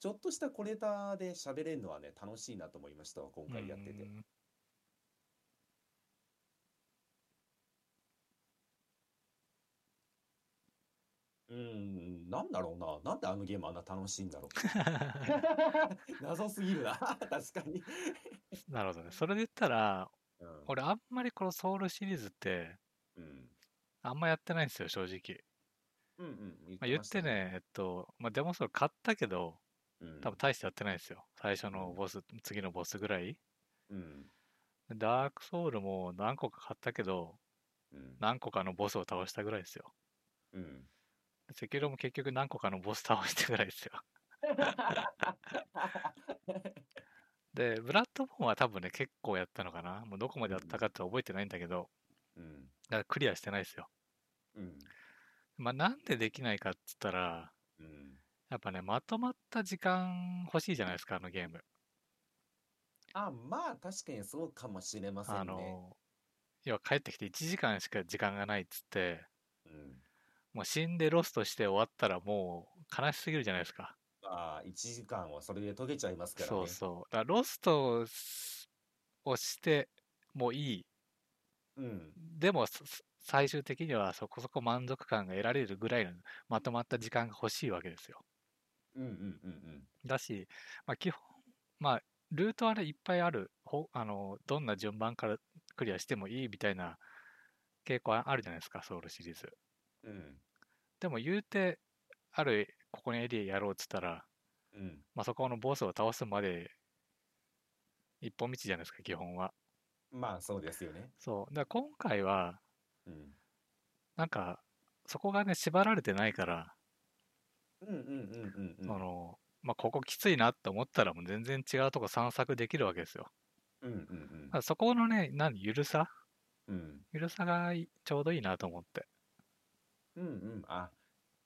A: ちょっとした小ネタで喋れるのはね、楽しいなと思いましたわ、今回やってて。
B: うん
A: うーん、なんだろうな。なんであのゲームあんな楽しい んだろう。謎すぎるな。確かに。
B: なるほどね。それで言ったら、
A: うん。
B: 俺あんまりこのソウルシリーズって、
A: うん。
B: あんまやってないんですよ、正直。
A: うんうん。
B: まあ、言
A: ま
B: っ
A: し
B: て
A: た
B: ね、えっと、まあ、デモンストール買ったけど、
A: うん
B: 多分大してやってないんですよ。最初の
A: うん
B: ボス、次のボスぐらい。
A: うん。
B: ダークソウルも何個か買ったけど、
A: うん。
B: 何個かのボスを倒したぐらいですよ。
A: うん。
B: セキュロも結局何個かのボス倒してぐらいですよ。 で、ブラッドボーンは多分ね、結構やったのかな。もうどこまでやったかって覚えてないんだけど、
A: うん。
B: だからクリアしてないですよ。
A: うん。
B: まあ、なんでできないかっつったら、
A: うん。
B: やっぱね、まとまった時間欲しいじゃないですか、あのゲーム。
A: あ、まあ、確かにそうかもしれませ
B: あ
A: んね。
B: の、要は帰ってきて1時間しか時間がないっつって、
A: うん。
B: もう死んでロストして終わったらもう悲しすぎるじゃないですか。
A: まあ、1時間はそれで解けちゃいますから
B: そ
A: ね
B: う。そう。だからロストをすをしてもいい。
A: うん。
B: でもすす最終的にはそこそこ満足感が得られるぐらいのまとまった時間が欲しいわけですよ。
A: うんうんうん
B: だし、まあ、基本、まあ、ルートはね、いっぱいある。ほあの、どんな順番からクリアしてもいいみたいな傾向はあるじゃないですか、ソウルシリーズ。
A: うん。うん。
B: でも言うて、ある、ここにエリアやろうっつったら、
A: うん。
B: まあ、そこのボスを倒すまで一本道じゃないですか、基本は。
A: まあ、そうですよね。
B: そう。だから今回は、
A: うん。
B: なんか、そこがね、縛られてないから、
A: うんうんうんうん
B: その、まあ、ここきついなって思ったら、もう全然違うとこ散策できるわけですよ。
A: うん。うんうん
B: だからそこのね、何、ゆるさ
A: うん。うん。
B: ゆるさがいちょうどいいなと思って。
A: うんうん。あ、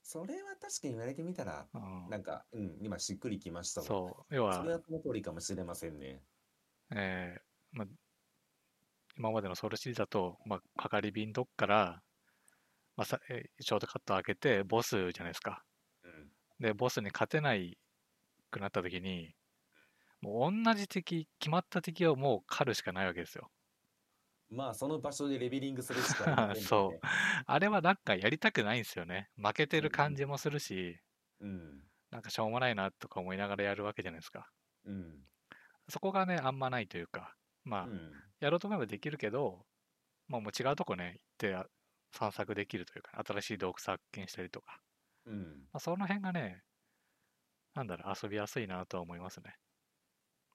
A: それは確かに言われてみたら、
B: うん
A: なんか、うん、今しっくりきましたわ。
B: そう。要
A: それは
B: は、
A: その通りかもしれませんね。
B: えーまあ、今までのソウルシリーズだと、まあ、係便どっから、まあさえーショートカット開けて、ボスじゃないですか。
A: うん。
B: で、ボスに勝てないくなった時に、もう同じ敵、決まった敵をもう狩るしかないわけですよ。
A: まあ、その場所でレベリングするしかない、
B: そあれはなんかやりたくないんですよね。負けてる感じもするし、
A: う。うん。
B: なんかしょうもないなとか思いながらやるわけじゃないですか。
A: うん。
B: そこがね、あんまないというか、まあ、
A: うん。
B: やろうと思えばできるけど、まあ、もう違うとこね、行ってあ散策できるというか、新しい洞窟発見したりとか、
A: うん。
B: まあ、その辺がね、なんだろう、遊びやすいなとは思いますね。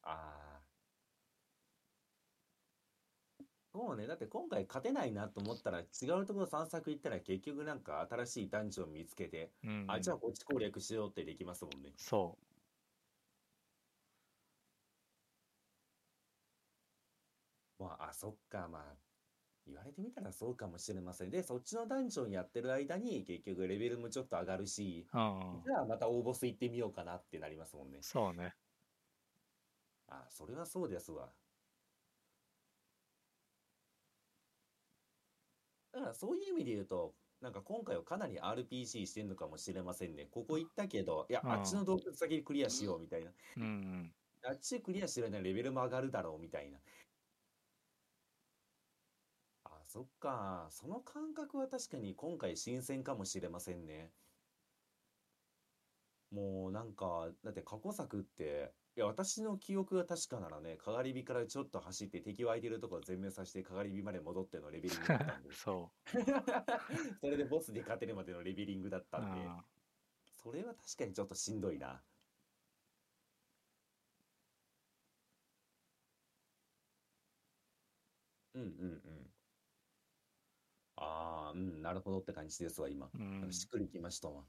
A: ああ。そうね。だって今回勝てないなと思ったら違うところ散策行ったら結局なんか新しいダンジョン見つけて、
B: うん、
A: あ、じゃあこっち攻略しようってできますもんね。
B: そう。
A: まあ、あ、そっか、まあ、言われてみたらそうかもしれません。で、そっちのダンジョンやってる間に結局レベルもちょっと上がるし、
B: うん、
A: じゃあまた大ボス行ってみようかなってなりますもんね。
B: そうね。
A: あ、それはそうですわ。だからそういう意味で言うと、なんか今回はかなり RPG してんのかもしれませんね。ここ行ったけど、いや、
B: うん
A: あっちの洞窟先にクリアしようみたいな。
B: うんうん、
A: あっちクリアしてる間にレベルも上がるだろうみたいな。あ、そっか。その感覚は確かに今回新鮮かもしれませんね。もうなんか、だって過去作って、いや、私の記憶が確かならね、かがり火からちょっと走って敵湧いてるところ全面させて、かがり火まで戻ってのレベリングだったん で、
B: そ
A: それでボスで勝てるまでのレベリングだった
B: う。
A: ん で、
B: あ
A: それは確かにちょっとしんどいな。うんうんうん。ああ、うん、なるほどって感じですわ、今。
B: ーうん、
A: しっくりきましたわ。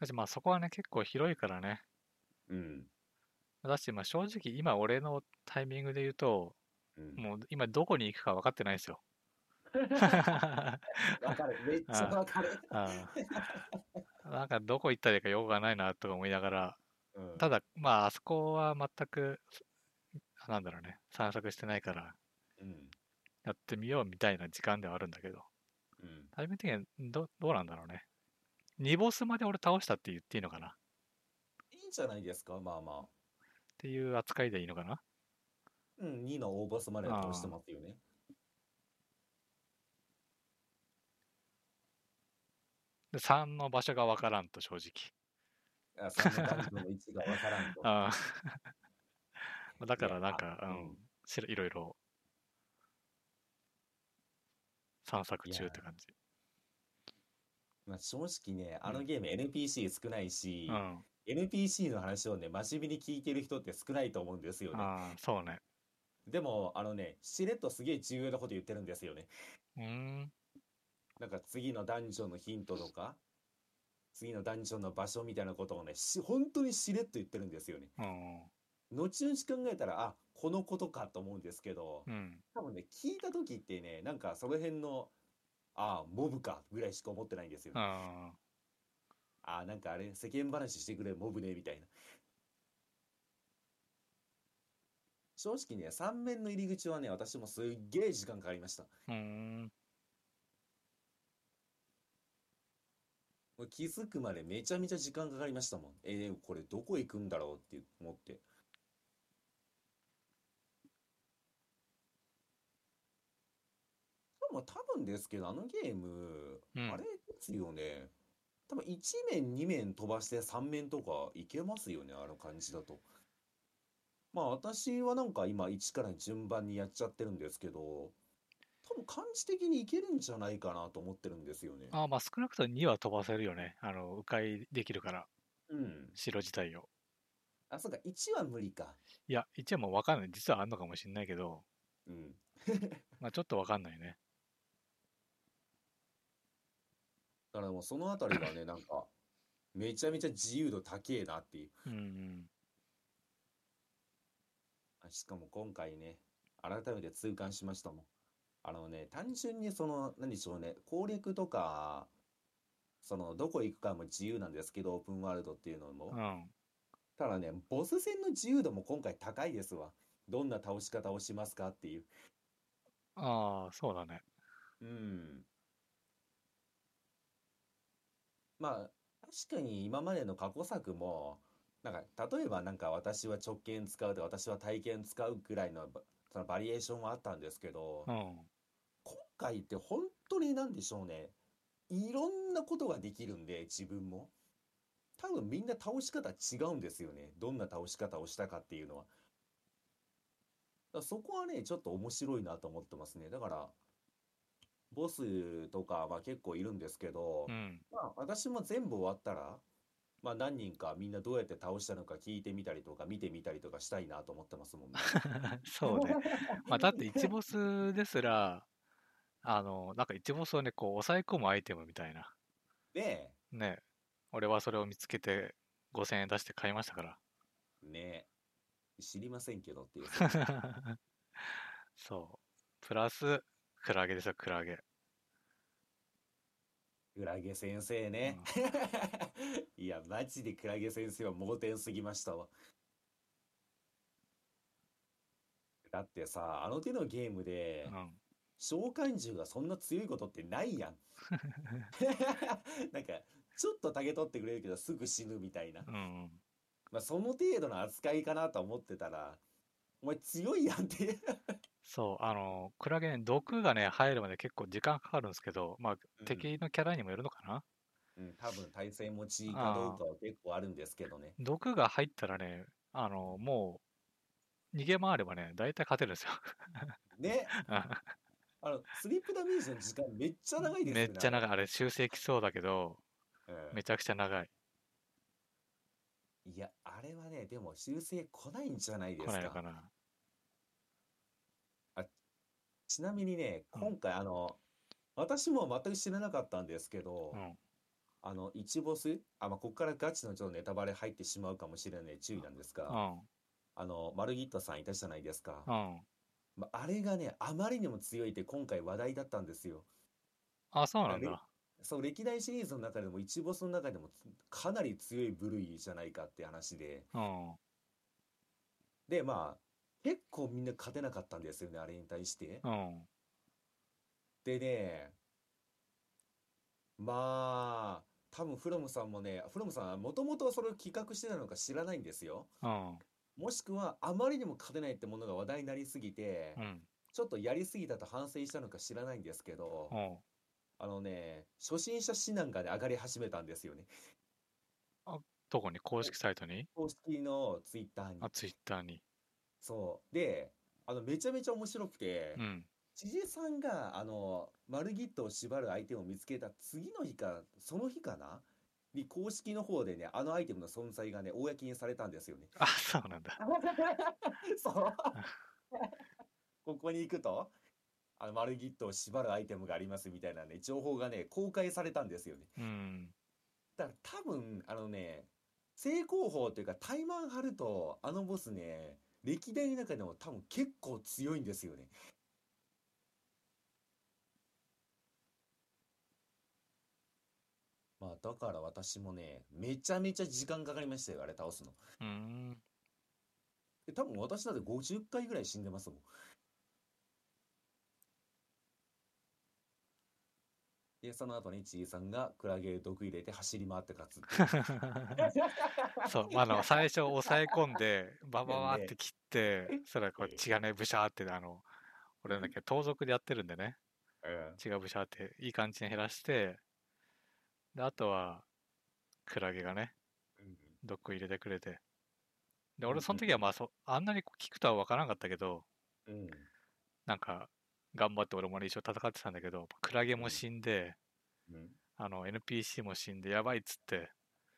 B: だしまあそこはね結構広いからね。
A: うん、
B: だしまあ正直今俺のタイミングで言うと
A: うん。
B: もう今どこに行くか分かってないです よ。
A: わ かる、めっちゃわかる。
B: あーなんかどこ行ったらいいか用がないなとか思いながら
A: うん、
B: ただまああそこは全くあなんだろうね散策してないから
A: うん、
B: やってみようみたいな時間ではあるんだけど
A: うん。
B: タイミング的にはどどうなんだろうね2ボスまで俺倒したって言っていいのかな
A: じゃないですか、まあまあ。
B: ていう扱いでいいのかな
A: うん、2のオーバースマレーとしてますよね。
B: で3の場所がわからんと正直
A: あ3のダンジョンの位置がわからんと。
B: あ あだからなんか、
A: あ
B: うん
A: うん
B: しろいろいろ散策中って感じ、
A: まあ、正直ね、あ
B: う
A: の
B: ん
A: ゲーム NPC 少ないし
B: う、ん、
A: NPC の話をね、真面目に聞いてる人って少ないと思うんですよね。
B: ああそうね
A: でも、あのね、しれっとすげえ重要なこと言ってるんですよね。
B: うーん
A: なんか次のダンジョンのヒントとか、次のダンジョンの場所みたいなことをね、し本当にしれっと言ってるんですよね。
B: うん
A: 後々考えたら、あ、このことかと思うんですけど
B: う、ん
A: 多分ね、聞いた時ってね、なんかその辺の、ああ、モブかぐらいしか思ってないんですよね。
B: あ
A: ああ、なんかあれ、世間話してくれ、モブね、みたいな。正直ね、3面の入り口はね、私もすっげえ時間かかりました。
B: ーうーん
A: もう気づくまでめちゃめちゃ時間かかりましたもん。えー、これどこ行くんだろうって思って。でも多分ですけど、あのゲーム、
B: うん
A: あれですよね。多分1面、2面飛ばして3面とかいけますよね、あの感じだと。まあ私はなんか今1から順番にやっちゃってるんですけど、多分感じ的にいけるんじゃないかなと思ってるんですよね。
B: ああまあ少なくとも2は飛ばせるよねあの迂回できるから
A: うん。
B: 白自体を
A: あ、そうか、1は無理か。
B: いや一応もう分かんない実はあんのかもしれないけど
A: うん。
B: まあちょっと分かんないね
A: だからもうそのあたりがね、なんか、めちゃめちゃ自由度高えなっていう。
B: うんうん
A: あしかも今回ね、改めて痛感しましたもん。あのね、単純にその、何でしょうね、攻略とか、その、どこ行くかも自由なんですけど、オープンワールドっていうのも。
B: うん
A: ただね、ボス戦の自由度も今回高いですわ。どんな倒し方をしますかっていう。
B: ああそうだね
A: うん。まあ、確かに今までの過去作も、なんか、例えばなんか私は直剣使うとか、私は体剣使うくらいのば、そのバリエーションはあったんですけど
B: う、ん
A: 今回って本当に何でしょうね。いろんなことができるんで、自分も。多分みんな倒し方違うんですよね。どんな倒し方をしたかっていうのは。だからそこはね、ちょっと面白いなと思ってますね。だから、ボスとか、まあ結構いるんですけど、
B: うん
A: まあ私も全部終わったら、まあ何人かみんなどうやって倒したのか聞いてみたりとか見てみたりとかしたいなと思ってますもんね。
B: そうね。まあ、だって1ボスですら、あの、なんか1ボスをね、こう、抑え込むアイテムみたいな。
A: ね
B: ね。俺はそれを見つけて、5000円出して買いましたか
A: え、ねえ、知りませんけどっていう。
B: ら。 そう。プラス、クラゲですよ、クラゲ。
A: クラゲ先生ね。 いや、マジでクラゲ先生は盲点すぎましたわ。だってさ、あの手のゲームで
B: う、ん。
A: 召喚獣がそんな強いことってないやん。なんか、ちょっとタゲ取ってくれるけどすぐ死ぬみたいな。
B: うん。
A: まあ、その程度の扱いかなと思ってたら、お前強いやんって。
B: そう、あの、クラゲね、毒がね、入るまで結構時間かかるんですけど、まあ、敵のキャラにもよるのかな。
A: うん、うん多分対戦持ちかどうかは結構あるんですけどね。
B: 毒が入ったらね、あの、もう、逃げ回ればね、大体勝てるんですよ。
A: ね、
B: うん
A: あの、スリップダメージの時間めっちゃ長いですよね。
B: めっちゃ
A: あれ
B: 長い。あれ、修正きそうだけど、
A: うん
B: めちゃくちゃ長い。
A: いや、あれはね、でも修正来ないんじゃないで
B: 来
A: す
B: ない
A: か。
B: のかな。
A: ちなみにね、
B: うん
A: 今回、あの、私も全く知らなかったんですけど、
B: うん。
A: あの、一ボス、あ、まあ、ここからガチのちょっとネタバレ入ってしまうかもしれない注意なんですが、
B: うん。
A: あの、マルギットさんいたじゃないですか。
B: うん。
A: まあ、あれがね、あまりにも強いって今回話題だったんですよ。
B: あ、そうなん
A: あ
B: だ。
A: そう、歴代シリーズの中でも、一ボスの中でもかなり強い部類じゃないかって話で、
B: うん。
A: で、まあ、結構みんな勝てなかったんですよね、あれに対して。
B: うん。
A: でね、まあ、多分フロムさんもね、フロムさんはもともとはそれを企画してたのか知らないんですよ。
B: うん。
A: もしくは、あまりにも勝てないってものが話題になりすぎて
B: う、ん。
A: ちょっとやりすぎたと反省したのか知らないんですけど、
B: うん。
A: あのね、初心者指南がね、上がり始めたんですよね。
B: どこに公式サイトに
A: 公式のツイッターに
B: あ、。ツイッターに。
A: そう。で、あの、めちゃめちゃ面白くて
B: う、ん。
A: 千々さんが、あの、マルギットを縛るアイテムを見つけた次の日か、その日かなに公式の方でね、あのアイテムの存在がね、公にされたんですよね。
B: あ、そうなんだ。
A: そう。 ここに行くと、あの、マルギットを縛るアイテムがありますみたいなね、情報がね、公開されたんですよね。
B: うん。
A: だから多分、あのね、正攻法というか、タイマン張ると、あのボスね、歴代の中でも多分結構強いんですよね。まあ、だから私もね、めちゃめちゃ時間かかりましたよ、あれ倒すの。
B: うん。
A: で多分私だって50回ぐらい死んでますもん。で、その後にちいさんがクラゲ毒入れて走り回って勝つっていう。
B: そう、まああの、最初抑え込んで、バババーって切って、それはこう血がね、ブシャーって、あの、俺なんだっけ、盗賊でやってるんでね、
A: うん
B: 血がブシャーって、いい感じに減らして、で、あとは、クラゲがね、
A: うん
B: 毒入れてくれて。で、
A: うんう
B: 俺
A: ん
B: その時はまあそ、あんなにこう効くとは分からんかったけど、
A: うん
B: なんか、頑張って俺もね一緒に戦ってたんだけど、クラゲ
A: う
B: も
A: ん
B: 死んで、
A: うん
B: あの、NPC も死んで、やばいっつって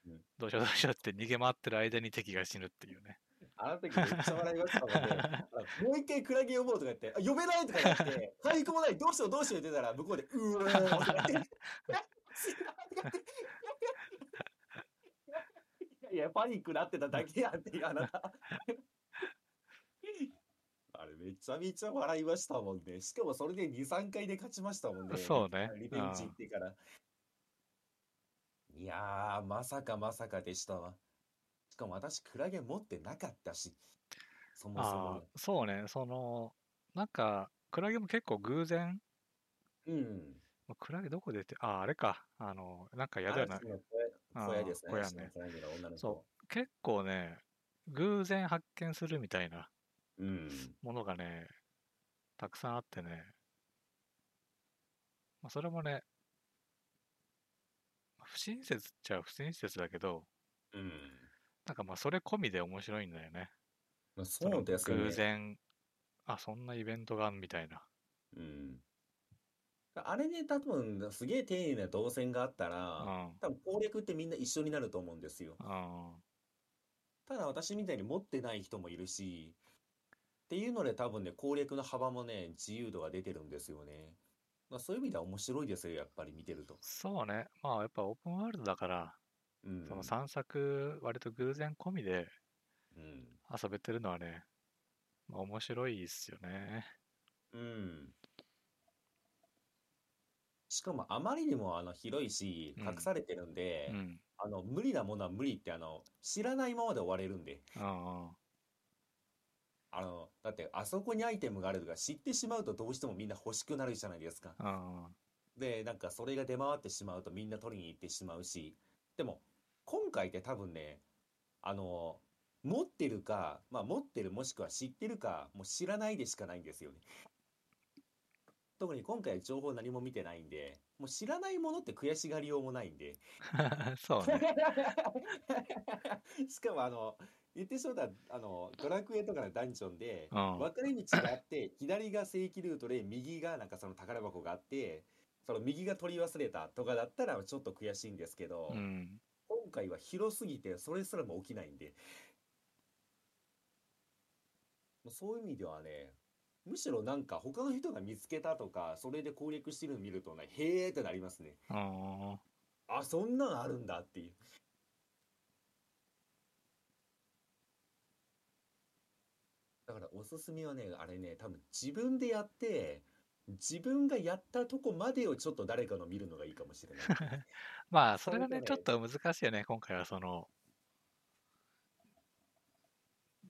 A: うん、
B: どうしようどうしようって逃げ回ってる間に敵が死ぬっていうね。
A: あの時めっちゃ笑いましたもんね。 あのもう一回クラゲ呼ぼうとか言って、あ呼べないとか言って、回復もない、どうしようどうしよう言ってたら、向こうで、うおーとか言って。 いや、パニックなってただけやんっていうあなた。 あれ、めちゃめちゃ笑いましたもんね。しかもそれで2、3回で勝ちましたもんね。
B: そうね
A: リベンジ行ってから。いやー、まさかまさかでしたわ。しかも私、クラゲ持ってなかったし、そもそ
B: ああ
A: も。
B: ー、そうね、その、なんか、クラゲも結構偶然、
A: うん。
B: まあクラゲどこでって、ああ、あれか、あの、なんかやだよな
A: 嵐、の小屋小屋ですね。
B: あー小屋ね
A: 嵐の小屋の女の子
B: そ結構ね、偶然発見するみたいな
A: うん。
B: ものがね、たくさんあってね、まあ、それもね、不親切っちゃ不親切だけど、
A: うん。
B: なんかまあそれ込みで面白いんだよね。
A: まあ、そうですよね。
B: 偶然、あ、そんなイベントがあるみたいな。
A: うん。あれね、多分、すげえ丁寧な動線があった
B: う
A: ら、
B: ん。
A: 多分攻略ってみんな一緒になると思うんですよ。
B: うん。
A: ただ私みたいに持ってない人もいるし、っていうので多分ね、攻略の幅もね、自由度が出てるんですよね。まあそういう意味では面白いですよ、やっぱり見てると。
B: そうね。まあやっぱオープンワールドだから、
A: うん。
B: その散策、割と偶然込みで
A: うん。
B: 遊べてるのはね、まあ、面白いっすよね。
A: うん。しかもあまりにもあの広いし、
B: うん
A: 隠されてるんで
B: う、ん。
A: あの、無理なものは無理ってあの、知らないままで終われるんで。
B: うんうん。
A: あの、だってあそこにアイテムがあるとか知ってしまうとどうしてもみんな欲しくなるじゃないですか。
B: うん うん。
A: で、なんかそれが出回ってしまうとみんな取りに行ってしまうし、でも今回って多分ね、あの、持ってるか、まあ持ってるもしくは知ってるか、もう知らないでしかないんですよね。特に今回情報何も見てないんで、もう知らないものって悔しがりようもないんで。
B: そう ね。
A: しかもあの、言ってしまったら、あの、ドラクエとかのダンジョンで、
B: うん。
A: 分かれ道があって、左が正規ルートで、右がなんかその宝箱があって、その右が取り忘れたとかだったらちょっと悔しいんですけど、
B: うん。
A: 今回は広すぎて、それすらも起きないんで。もうそういう意味ではね、むしろなんか他の人が見つけたとか、それで攻略してるの見るとね、へーってなりますね。
B: うん。
A: あ、そんなんあるんだっていう。だからおすすめはね、あれね、多分自分でやって、自分がやったとこまでをちょっと誰かの見るのがいいかもしれ ない。
B: まあ、それ
A: そうい
B: が
A: う
B: ね、
A: の
B: ちょっ
A: ね
B: と難しいよね、今回はその、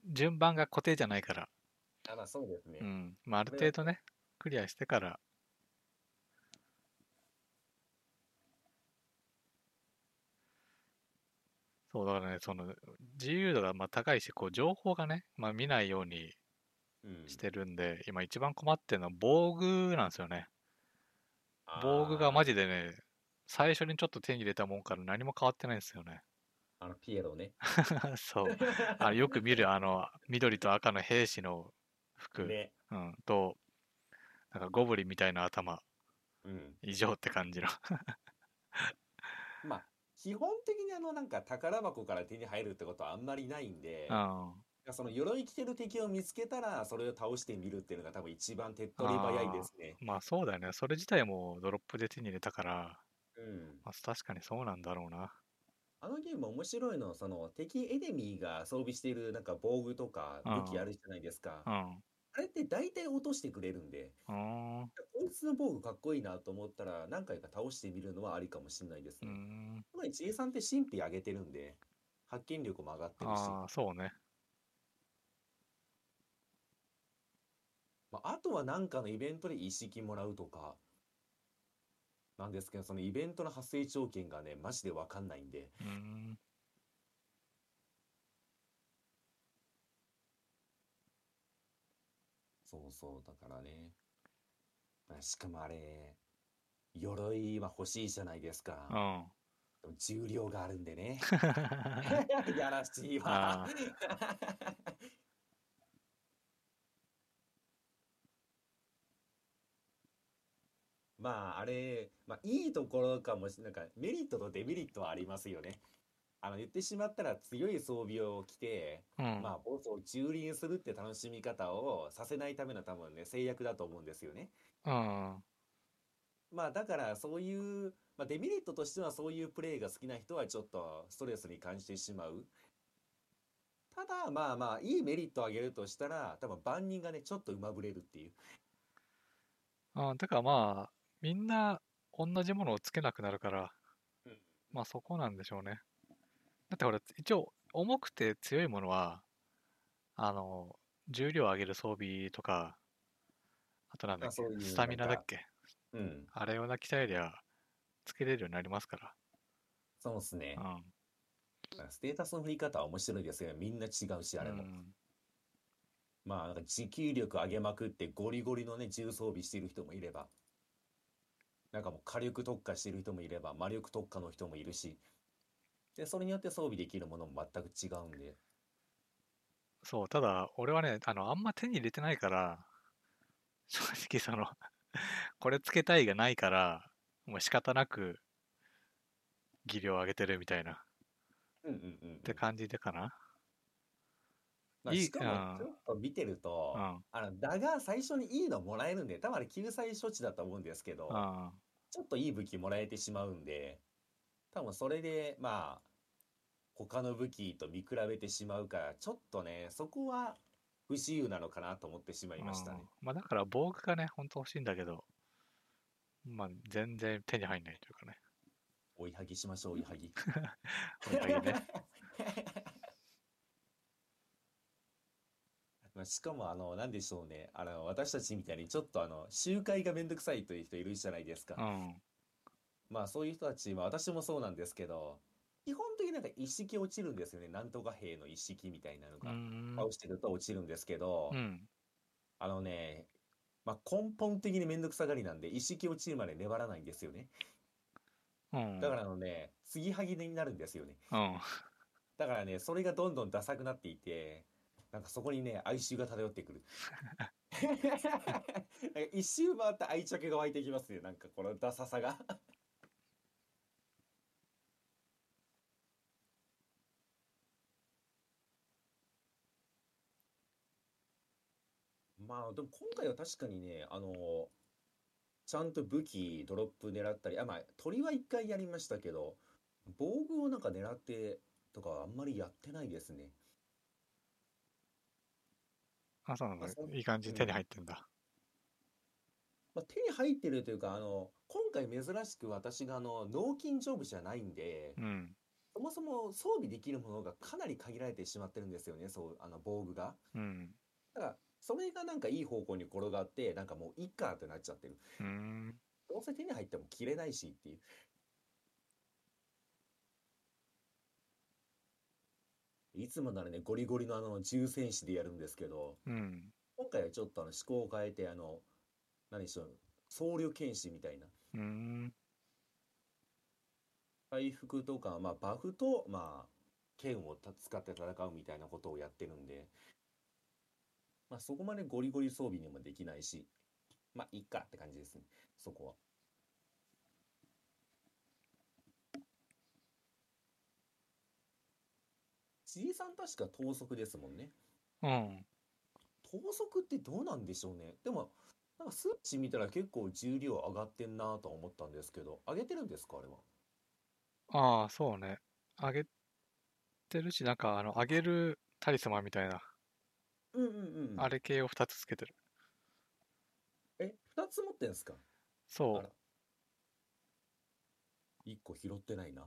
B: 順番が固定じゃないから、
A: あ、まあそうですね
B: う。ん。まあ、ある
A: これ
B: 程度ね、クリアしてから、そうだからね、その自由度がまあ高いし、こう情報がね、まあ、見ないように
A: うん
B: してるんで、今一番困ってるのは防具なんですよね。
A: あー
B: 防具がマジでね、最初にちょっと手に入れたもんから何も変わってないんですよね。
A: あのピエロね
B: そう。あよく見るあの緑と赤の兵士の服、
A: ね
B: うん、と、なんかゴブリンみたいな頭、
A: うん
B: 異常って感 じの。
A: まあ基本的にあのなんか宝箱から手に入るってことはあんまりないんで、
B: うん、
A: その鎧着てる敵を見つけたらそれを倒してみるっていうのが多分一番手っ取り早いですね。
B: まあそうだよね。それ自体もドロップで手に入れたから、
A: うん、
B: まあ、確かにそうなんだろうな。
A: あのゲーム面白いのはその敵エネミーが装備しているなんか防具とか
B: あー
A: 武器あるじゃないですか。
B: う
A: あ
B: ん。
A: れって大体落としてくれるんで、
B: うん。う
A: こいつの防具かっこいいなと思ったら何回か倒してみるのはありかもしれないです
B: ー
A: ね。
B: ん。
A: 特に J さんって神秘上げてるんで、発見力も上がってるし、
B: ああ、そうね。
A: まあ、あとはなんかのイベントで一式もらうとか、なんですけど、そのイベントの発生条件がね、マジでわかんないんで、
B: うーん。
A: そうそう、だからね。まあしかもあれ、鎧は欲しいじゃないです
B: う
A: か。
B: ん。
A: でも重量があるんで ね。
B: あ
A: やらしいわ
B: あ。
A: まああれ、まあ、いいところかもしれないなんかメリットとデメリットはありますよね。あの言ってしまったら強い装備を着て、
B: うん。
A: まあ、ボスを蹂躙するって楽しみ方をさせないための多分ね制約だと思うんですよね。
B: うん。
A: まあだからそういう、まあ、デメリットとしてはそういうプレイが好きな人はちょっとストレスに感じてしまう。ただまあまあいいメリットを挙げるとしたら多分万人がねちょっとうまぶれるっていう。
B: ああ、だからまあ、みんな同じものをつけなくなるから
A: うん、
B: まあそこなんでしょうね。だってほら、一応、重くて強いものは、あの、重量を上げる装備とか、あとなんだっ
A: まあそ
B: け
A: ういう、
B: スタミナ
A: なん
B: だ
A: か
B: っけ
A: うん、
B: あれをな鍛えりゃ、つけれるようになりますか
A: そうっすね
B: ら。。
A: ステータスの振り方は面白いですよね。みんな違うし、
B: うん。
A: あれも。
B: うん
A: まあなんか持久力上げまくってゴリゴリのね、重装備してる人もいれば、なんかもう火力特化してる人もいれば、魔力特化の人もいるし、で、それによって装備できるものも全く違うんで、
B: そう、ただ、俺はね、あの、あんま手に入れてないから、 正直その これつけたいがないから、もう仕方なく、技量を上げてるみたいな、っ
A: うんうんうんうん。
B: て感じでかな。
A: まあ
B: いい
A: しかも、ちょっと見てると、
B: うん、
A: あの、だが最初にいいのもらえるんで、多分あれ救済処置だと思うんですけど、
B: うん、
A: ちょっといい武器もらえてしまうんで、多分それで、まあ、他の武器と見比べてしまうから、ちょっとね、そこは不自由なのかなと思ってしまいましたね
B: うん。まあだから防具がね、ほんと欲しいんだけど、まあ全然手に入んないというかね。
A: 追いはぎし ましょう、追いはぎ。
B: 追いはぎね
A: まあしかも、あの、なんでしょうね。あの、私たちみたいに、ちょっとあの、集会がめんどくさいという人いるじゃないですか。
B: うん。
A: まあそういう人たち、まあ私もそうなんですけど、基本的になんか一式落ちるんですよね。なんとか兵の一式みたいなの
B: う
A: が。
B: ん。
A: 倒してると落ちるんですけど、
B: うん。
A: あのね、まあ根本的にめんどくさがりなんで、一式落ちるまで粘らないんですよね。
B: うん。
A: だからあのね、継ぎはぎになるんですよね。
B: うん。
A: だからね、それがどんどんダサくなっていて、なんかそこにね、哀愁が漂ってくる。なんか一周回って愛着が湧いてきますね、なんかこのダサさが。 まあでも今回は確かにね、あの、ちゃんと武器、ドロップ狙ったり、あ、まあ鳥は一回やりましたけど、防具をなんか狙ってとかはあんまりやってないですね。
B: あ、そうなんだ
A: まあそ。う
B: いい感じに手に入ってんだ。
A: まあ、手に入ってるというか、あの、今回珍しく私があの、脳筋丈夫じゃないんで、
B: うん。
A: そもそも装備できるものがかなり限られてしまってるんですよね、そう、あの、防具が。
B: うん。
A: だから、それがなんかいい方向に転がって、なんかもういっかってなっちゃってる。
B: うん。
A: どうせ手に入っても着れないしっていう。いつもならね、ゴリゴリのあの、重戦士でやるんですけど、
B: うん。
A: 今回はちょっとあの、趣向を変えて、あの、何でしょう、僧侶剣士みたいな。
B: うーん。
A: 回復とか、まあ、バフと、まあ、剣をた使って戦うみたいなことをやってるんで、まあ、そこまでゴリゴリ装備にもできないし、まあ、いいかって感じですね、そこは。ちいさん確か等速ですもんね。
B: うん。
A: 等速ってどうなんでしょうね。でも、なんか数値見たら結構重量上がってんなとは思ったんですけど、上げてるんですか、あれは。
B: ああ、そうね。上げてるし、なんか、あの、上げるタリスマンみたいな、
A: うんうんうん。
B: あれ系を2つつけてる。
A: え、二つ持ってんすかあ
B: そ
A: ら。一個拾っ てないな。
B: う。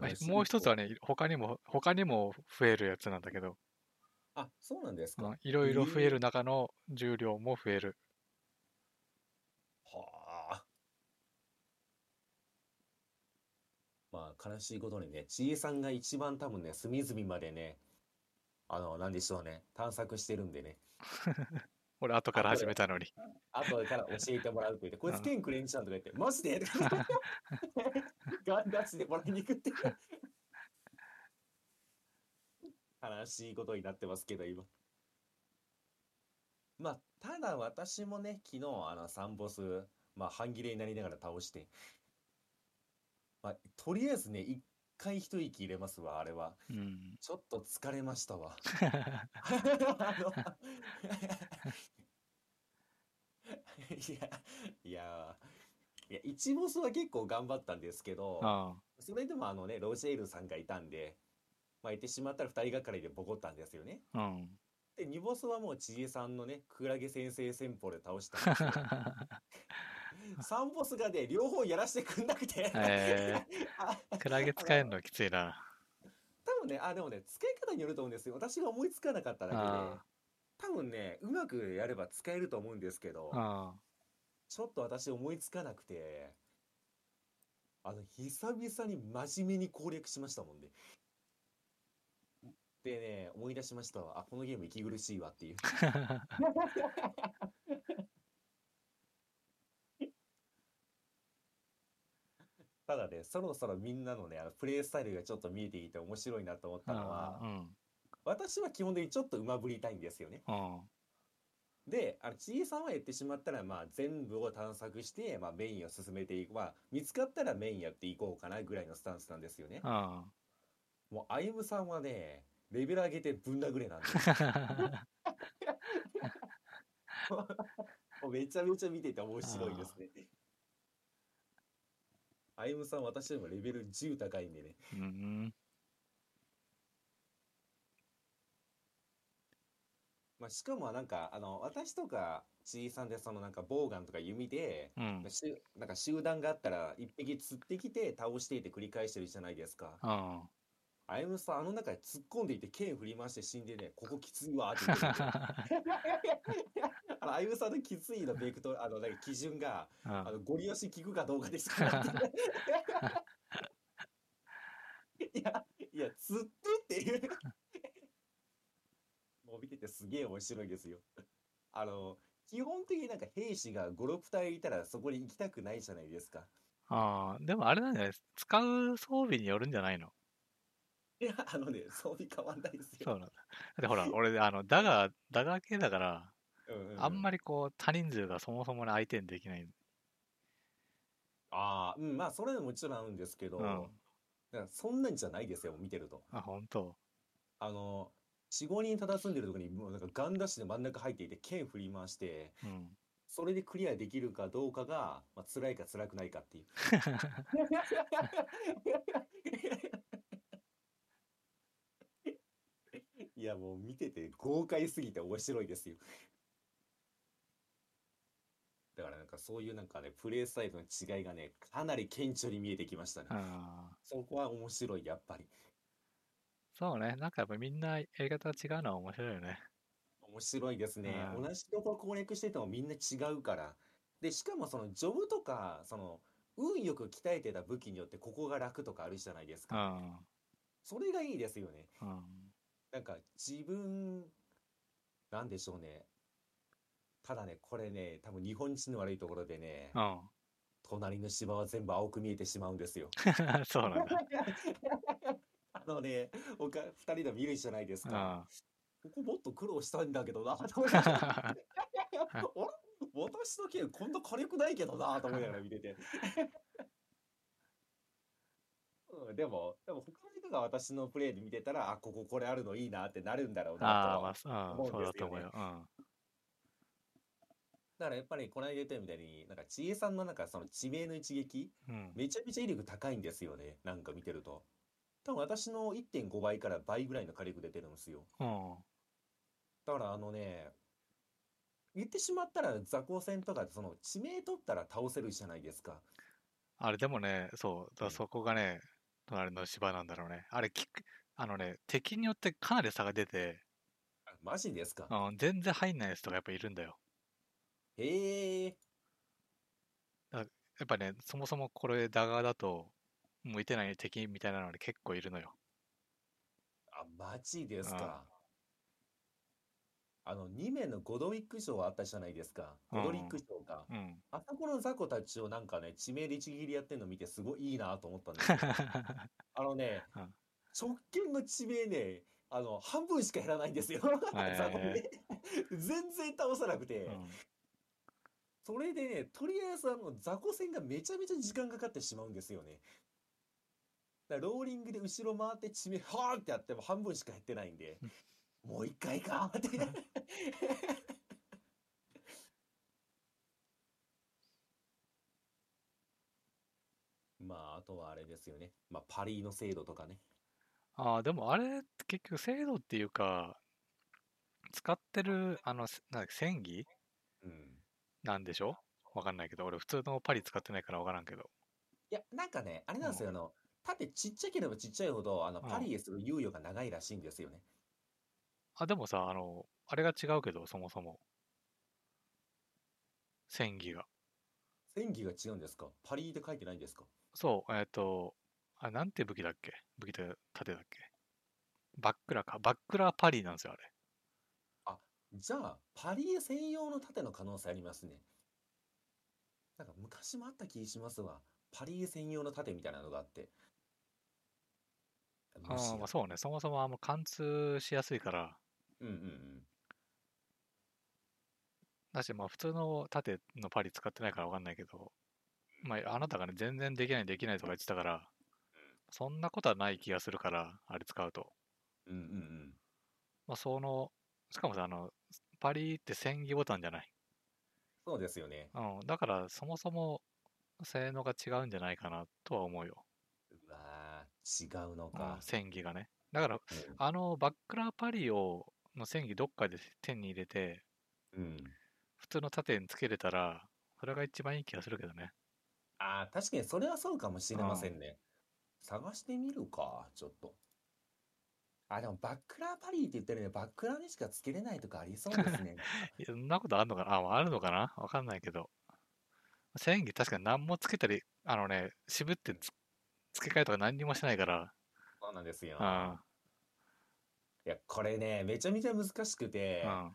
B: まあもう一つは
A: ね。
B: ね、他にも、他にも増えるやつなんだけど、
A: あ、そうなんです
B: う
A: か。
B: んいろいろ増える中の重量も増える。
A: はあ。まあ、悲しいことにね、ちえさんが一番多分ね、隅々までね、あの、なんでしょうね、探索してるんでね、
B: 俺、後から
A: あこ
B: 始
A: れ
B: めたのに。
A: 後から教えてもらうと言って、こい
B: うん
A: つ剣くれんじゃんとか言って、マジで ガン出しでもらいに行くって。 悲しいことになってますけど、今。まあ、ただ私もね、昨日、あの、サンボス、まあ、半切れになりながら倒して、まあ、とりあえずね、一回一息入れますわ、あれは。
B: うん。
A: ちょっと疲れましたわ。あのいや、いや、いや、一ボスは結構頑張ったんですけど、
B: あ
A: それでもあのね、ロシェールさんがいたんで、まあ、言ってしまったら二人がかりでボコったんですよね。
B: あ。 うん。
A: で、二ボスはもう千恵さんのね、クラゲ先生戦法で倒したんですけど三ボスがね、両方やらせてくんなくて、
B: え
A: あ
B: クラゲ使えるのきついな。
A: 多分ね、あ、でもね、使い方によると思うんですよ。私が思いつかなかっただけで、
B: あ
A: 多分ね、うまくやれば使えると思うんですけど
B: あ。、ああ。
A: ちょっと私思いつかなくて、あの、久々に真面目に攻略しましたもんね。でね、思い出しましたわ。あ、このゲーム息苦しいわっていう。ただね、そろそろみんなのね、あのプレイスタイルがちょっと見えていて面白いなと思ったのは、
B: うん。
A: 私は基本的にちょっと馬ぶりたいんですよね。
B: うん。
A: で、あの、ちいさんは言ってしまったら、まあ、全部を探索して、まあ、メインを進めていく。まあ、見つかったらメインやっていこうかなぐらいのスタンスなんですよね。
B: うん。
A: もう、あゆむさんはね、レベル上げてぶん殴れなんで、もうめちゃめちゃ見てて面白いですね。あゆむさん、私よりもレベル10高いんでね。
B: うん。
A: まあ、しかもなんか、あの、私とか、ちいさんでそのなんか、ボウガンとか弓で、
B: うん。
A: しゅなんか集団があったら一匹釣ってきて倒していて繰り返してるじゃないですか。
B: うん。
A: あゆむさん、あの中で突っ込んでいて剣振り回して死んでね、ここきついわーって言ってるあのあゆむさんのきついのベクトル、あの、なんか基準が、 あの、ゴリ押し効くかどうかでしかなくていや、いや、釣ってっていう。もう見ててすげえ面白いですよ。あの、基本的になんか兵士が5、6体いたらそこに行きたくないじゃないですか。
B: ああ、でもあれなんじゃない使う装備によるんじゃないの
A: いや、あのね、装備変わんないです
B: そう
A: よ。
B: なんだ。だって ほら、俺、あの、ダガー、ダガー系だから、あんま
A: り。
B: りこう、多人数がそもそもね相手にできない。
A: ああ、うん、まあ、それでももちろんあるんですけど、
B: うん。
A: だからそんなんじゃないですよ、見てると。
B: あ、本当。
A: あの、4、5人佇んでるとこに、もうなんかガンダッシュで真ん中入っていて、剣振り回して、
B: うん。
A: それでクリアできるかどうかが、まあ、辛いか辛くないかっていう。いや、もう見てて豪快すぎて面白いですよ。だからなんかそういうなんかね、プレイスタイルの違いがね、かなり顕著に見えてきましたね。
B: ああ、
A: そこは面白い、やっぱり。
B: そうね。なんかやっぱみんなやり方違うのは面白いよね。
A: 面白いですね。
B: うん
A: 同じところ攻略しててもみんな違うから。で、しかもそのジョブとか、その、運よく鍛えてた武器によってここが楽とかあるじゃないです
B: う
A: か。
B: ん。
A: それがいいですよね。
B: うん。
A: なんか自分、なんでしょうね。ただね、これね、多分日本人の悪いところでね、
B: うん。
A: 隣の芝は全部青く見えてしまうんですよ。
B: そうなんだ。
A: あのね、おか、二人の見るじゃないですか。 ここもっと苦労したんだけどな、と思い ながら。 あれ私の剣こんな火力ないけどなと思いながら見てて。うん、でも、でも他の人が私のプレイで見てたら、あ、こここれあるのいいなってなるんだろう
B: うん。 ああ、
A: なと
B: ま
A: は。
B: あ、うん、そうだと思うよ。うん。
A: だからやっぱりこの間言ったみたいに、なんか千恵さんのなんかその地名の一撃、
B: うん。
A: めちゃめちゃ威力高いんですよね。なんか見てると。多分私の1.5倍から倍ぐらいの火力出てるんですよ。
B: うん。
A: だからあのね、言ってしまったら雑魚戦とかその地名取ったら倒せるじゃないですか。
B: あれでもね、そう、だから
A: うん
B: そこがね、隣の芝なんだろうね。あれ、きあのね、敵によってかなり差が出て、
A: あマジですか。
B: うん、全然入んないやつとかやっぱいるんだよ。
A: へえ。
B: やっぱね、そもそもこれダガーだと、向いてない敵みたいなので結構いるのよ。
A: あ、マジですか。あの、2名のゴドウィック城あったじゃないですか。
B: うん
A: ゴドリック城か。
B: うん。
A: あそこの雑魚たちをなんかね、地名で一切りやってるの見てすごいいいなと思った んですよ。あのね
B: うん、
A: 直近の地名ね、あの、半分しか減らないんですよ。
B: へえ
A: 雑魚ね。全然倒さなくて
B: う。ん
A: それでね、とりあえずあの雑魚戦がめちゃめちゃ時間かかってしまうんですよね。だからローリングで後ろ回って地面、はーってやっても半分しか減ってないんで、もう一回かーって。 まあ、あとはあれですよね。まあ、パリーの制度とかね。
B: ああ、でもあれって結局精度っていうか、使ってる、あの、せなんだっけ、戦技
A: うん。
B: なんでしょわかんないけど、俺普通のパリ使ってないからわからんけど。
A: いや、なんかね、あれなんですよ。あの、縦ちっちゃければちっちゃいほど、あの、
B: うん
A: パリへする猶予が長いらしいんですよね。
B: あ、でもさ、あの、あれが違うけど、そもそも。戦技が。
A: 戦技が違うんですかパリーって書いてないんですか
B: そう、えっと、あ、なんて武器だっけ武器だ、盾だっけバックラか。バックラパリなんですよ、あれ。
A: じゃあ、パリエ専用の盾の可能性ありますね。なんか昔もあった気しますわ。パリエ専用の盾みたいなのがあって。
B: あ
A: もし
B: あ、
A: や
B: まあそうね。そもそもあんま貫通しやすいから。
A: うんうんうん。
B: だし、まあ普通の盾のパリ使ってないからわかんないけど、まああなたがね、全然できないできないとか言ってたから、そんなことはない気がするから、あれ使うと。
A: うんうんうん。
B: まあその、しかもさ、あの、パリって戦技ボタンじゃない。
A: そうですよね。
B: うん。だからそもそも性能が違うんじゃないかなとは思うよ。
A: うわー違うの
B: うん
A: か。
B: 戦技がね。だから、
A: うん
B: あの、バックラーパリを、の戦技どっかで手に入れて、
A: うん。
B: 普通の盾につけれたら、それが一番いい気がするけどね。
A: ああ、確かにそれはそうかもしれませんね。探してみるか、ちょっと。あ、でもバックラーパリーって言ってるね。バックラーにしかつけれないとかありそうですね。
B: いやそんなことあるのかなあ、あるのかなわかんないけど。戦技確かに何もつけたり、あのね、渋ってつ付け替えとか何にもしないから、
A: そうなんですよ
B: う。ん、
A: いや、これね、めちゃめちゃ難しくて、
B: うん、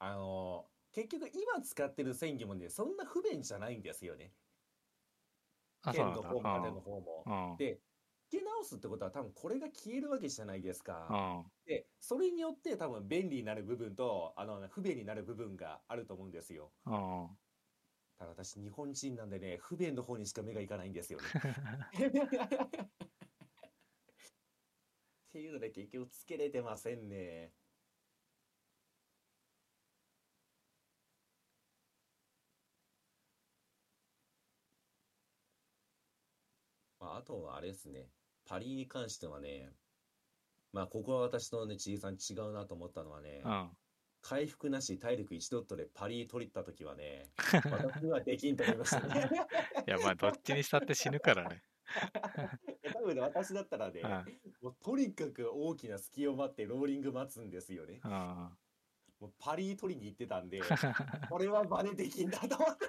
A: あの、結局今使ってる戦技もね、そんな不便じゃないんですよね。
B: あ、そうな
A: 剣
B: ん
A: の
B: だ。
A: 方も盾の方も
B: う。ん、うん、
A: で、付け直すってことは多分これが消えるわけじゃないです
B: う
A: か。
B: ん、
A: で、それによって多分便利になる部分と、あの、不便になる部分があると思うんですよ。
B: うん。
A: ただ私、日本人なんでね、不便の方にしか目がいかないんですよ ね。っていうので結局つけれてませんね。まあ、あとはあれですね。パリに関してはね、まあ、ここは私とね、ちいさん違うなと思ったのはね、
B: うん
A: 回復なし体力1ドットでパリ取りった時はね、私はできんと思いましたね。
B: いや、まあ、どっちにしたって死ぬからね。
A: 多分ね、私だったらね、
B: うん、
A: もうとにかく大きな隙を待ってローリング待つんですよね。
B: うん。
A: もうパリ取りに行ってたんで、これは真似できんだと思って。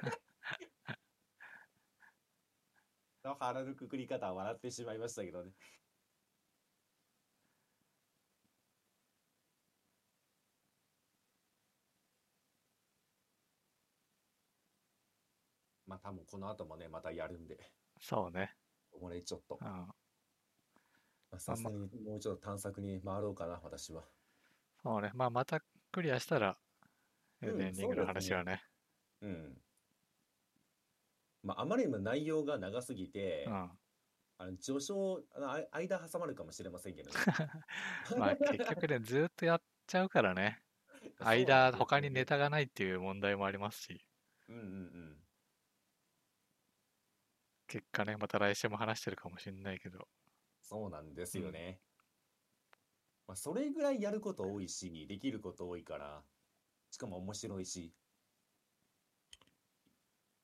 A: の腹のくくり方は笑ってしまいましたけどね。まあ多分この後もね、またやるんで、
B: そうね。
A: おもれちょっと
B: う。ん。
A: まあさすがにもうちょっと探索に回ろうかな、私は。
B: そうね。まあ、またクリアしたら、エルデンリングの
A: うんそうです
B: 話
A: ね
B: はね。
A: うん。まああまりにも内容が長すぎて、
B: うん。
A: あの序章、あのあい間挟まるかもしれませ んけどね。
B: まあ、結局ね、ずーっとやっちゃうから ね。間、他にネタがないっていう問題もありますし、
A: うんうんうん。
B: 結果ね、また来週も話してるかもしれないけ ど。
A: そうなんですよね。まあ、それぐらいやること多いし、できること多いから、しかも面白いし。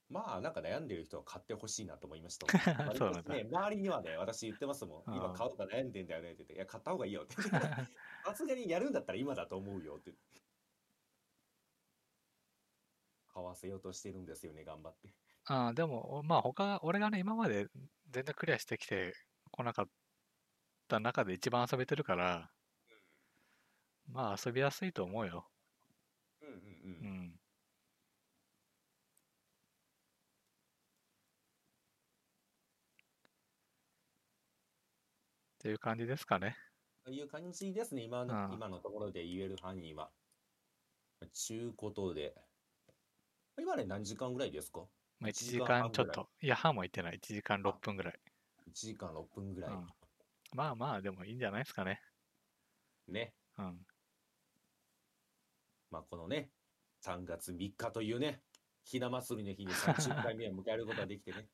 A: まあ、なんか悩んでる人は買ってほしいなと思い ました。割
B: そう
A: と
B: なんだ
A: ね、周りにはね、私言ってますもん。
B: あー
A: 今買おうか悩んでんだよねって言って、いや、買った方がいいよって。さすがにやるんだったら今だと思うよって。買わせようとしてるんですよね、頑張って。
B: ああ、でも、まあ、他、俺がね、今まで全然クリアしてきてこなかった中で一番遊べてるから、まあ、遊びやすいと思うよ。
A: うんうんうん。
B: うん。っていう感じですかね。
A: という感じですね、今
B: あ
A: の
B: あ
A: 今のところで言える範囲は。ちゅうことで、今ね、何時間ぐらいですか
B: まあ、1
A: 一
B: 時
A: 時間
B: 間
A: 半
B: ちょっ
A: ぐらい
B: と、いや、半も行ってない。1時間6分ぐらい。
A: ?1 時間6分ぐらい。
B: うんまあまあ、でもいいんじゃないですかね。
A: ね。
B: うん。
A: まあ、このね、3月3日というね、ひな祭りの日に30回目を迎えることができてね。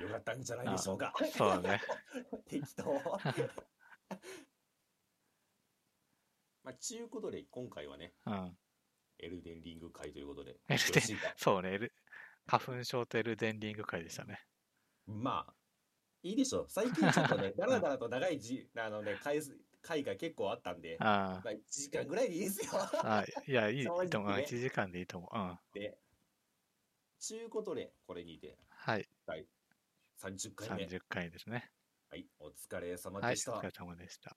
A: よかったんじゃないでしょうか。
B: そうだね。
A: 適当。 まあ、ちゅうことで、今回はね、
B: うん。
A: エルデンリング会ということで、よ
B: エ
A: ろ
B: ルデン
A: しいか
B: そうね。L- 花粉症とエルデンリング会でしたね。
A: まあ、いいでしょう。最近ちょ っとね、だらだらと長いじ、あのね、回数回が結構あったんで、ま
B: あ
A: あ、1時間ぐらいでいいですよ。
B: あ。ああいや、いい
A: 正直
B: と思う。
A: ね
B: 1時間でいいと思う。うん。
A: で、ちゅうことで、これにて
B: はい。
A: 30回目。
B: 30回ですね。
A: はい、お疲れ様
B: はい。お
A: でした。
B: 疲れ様でした。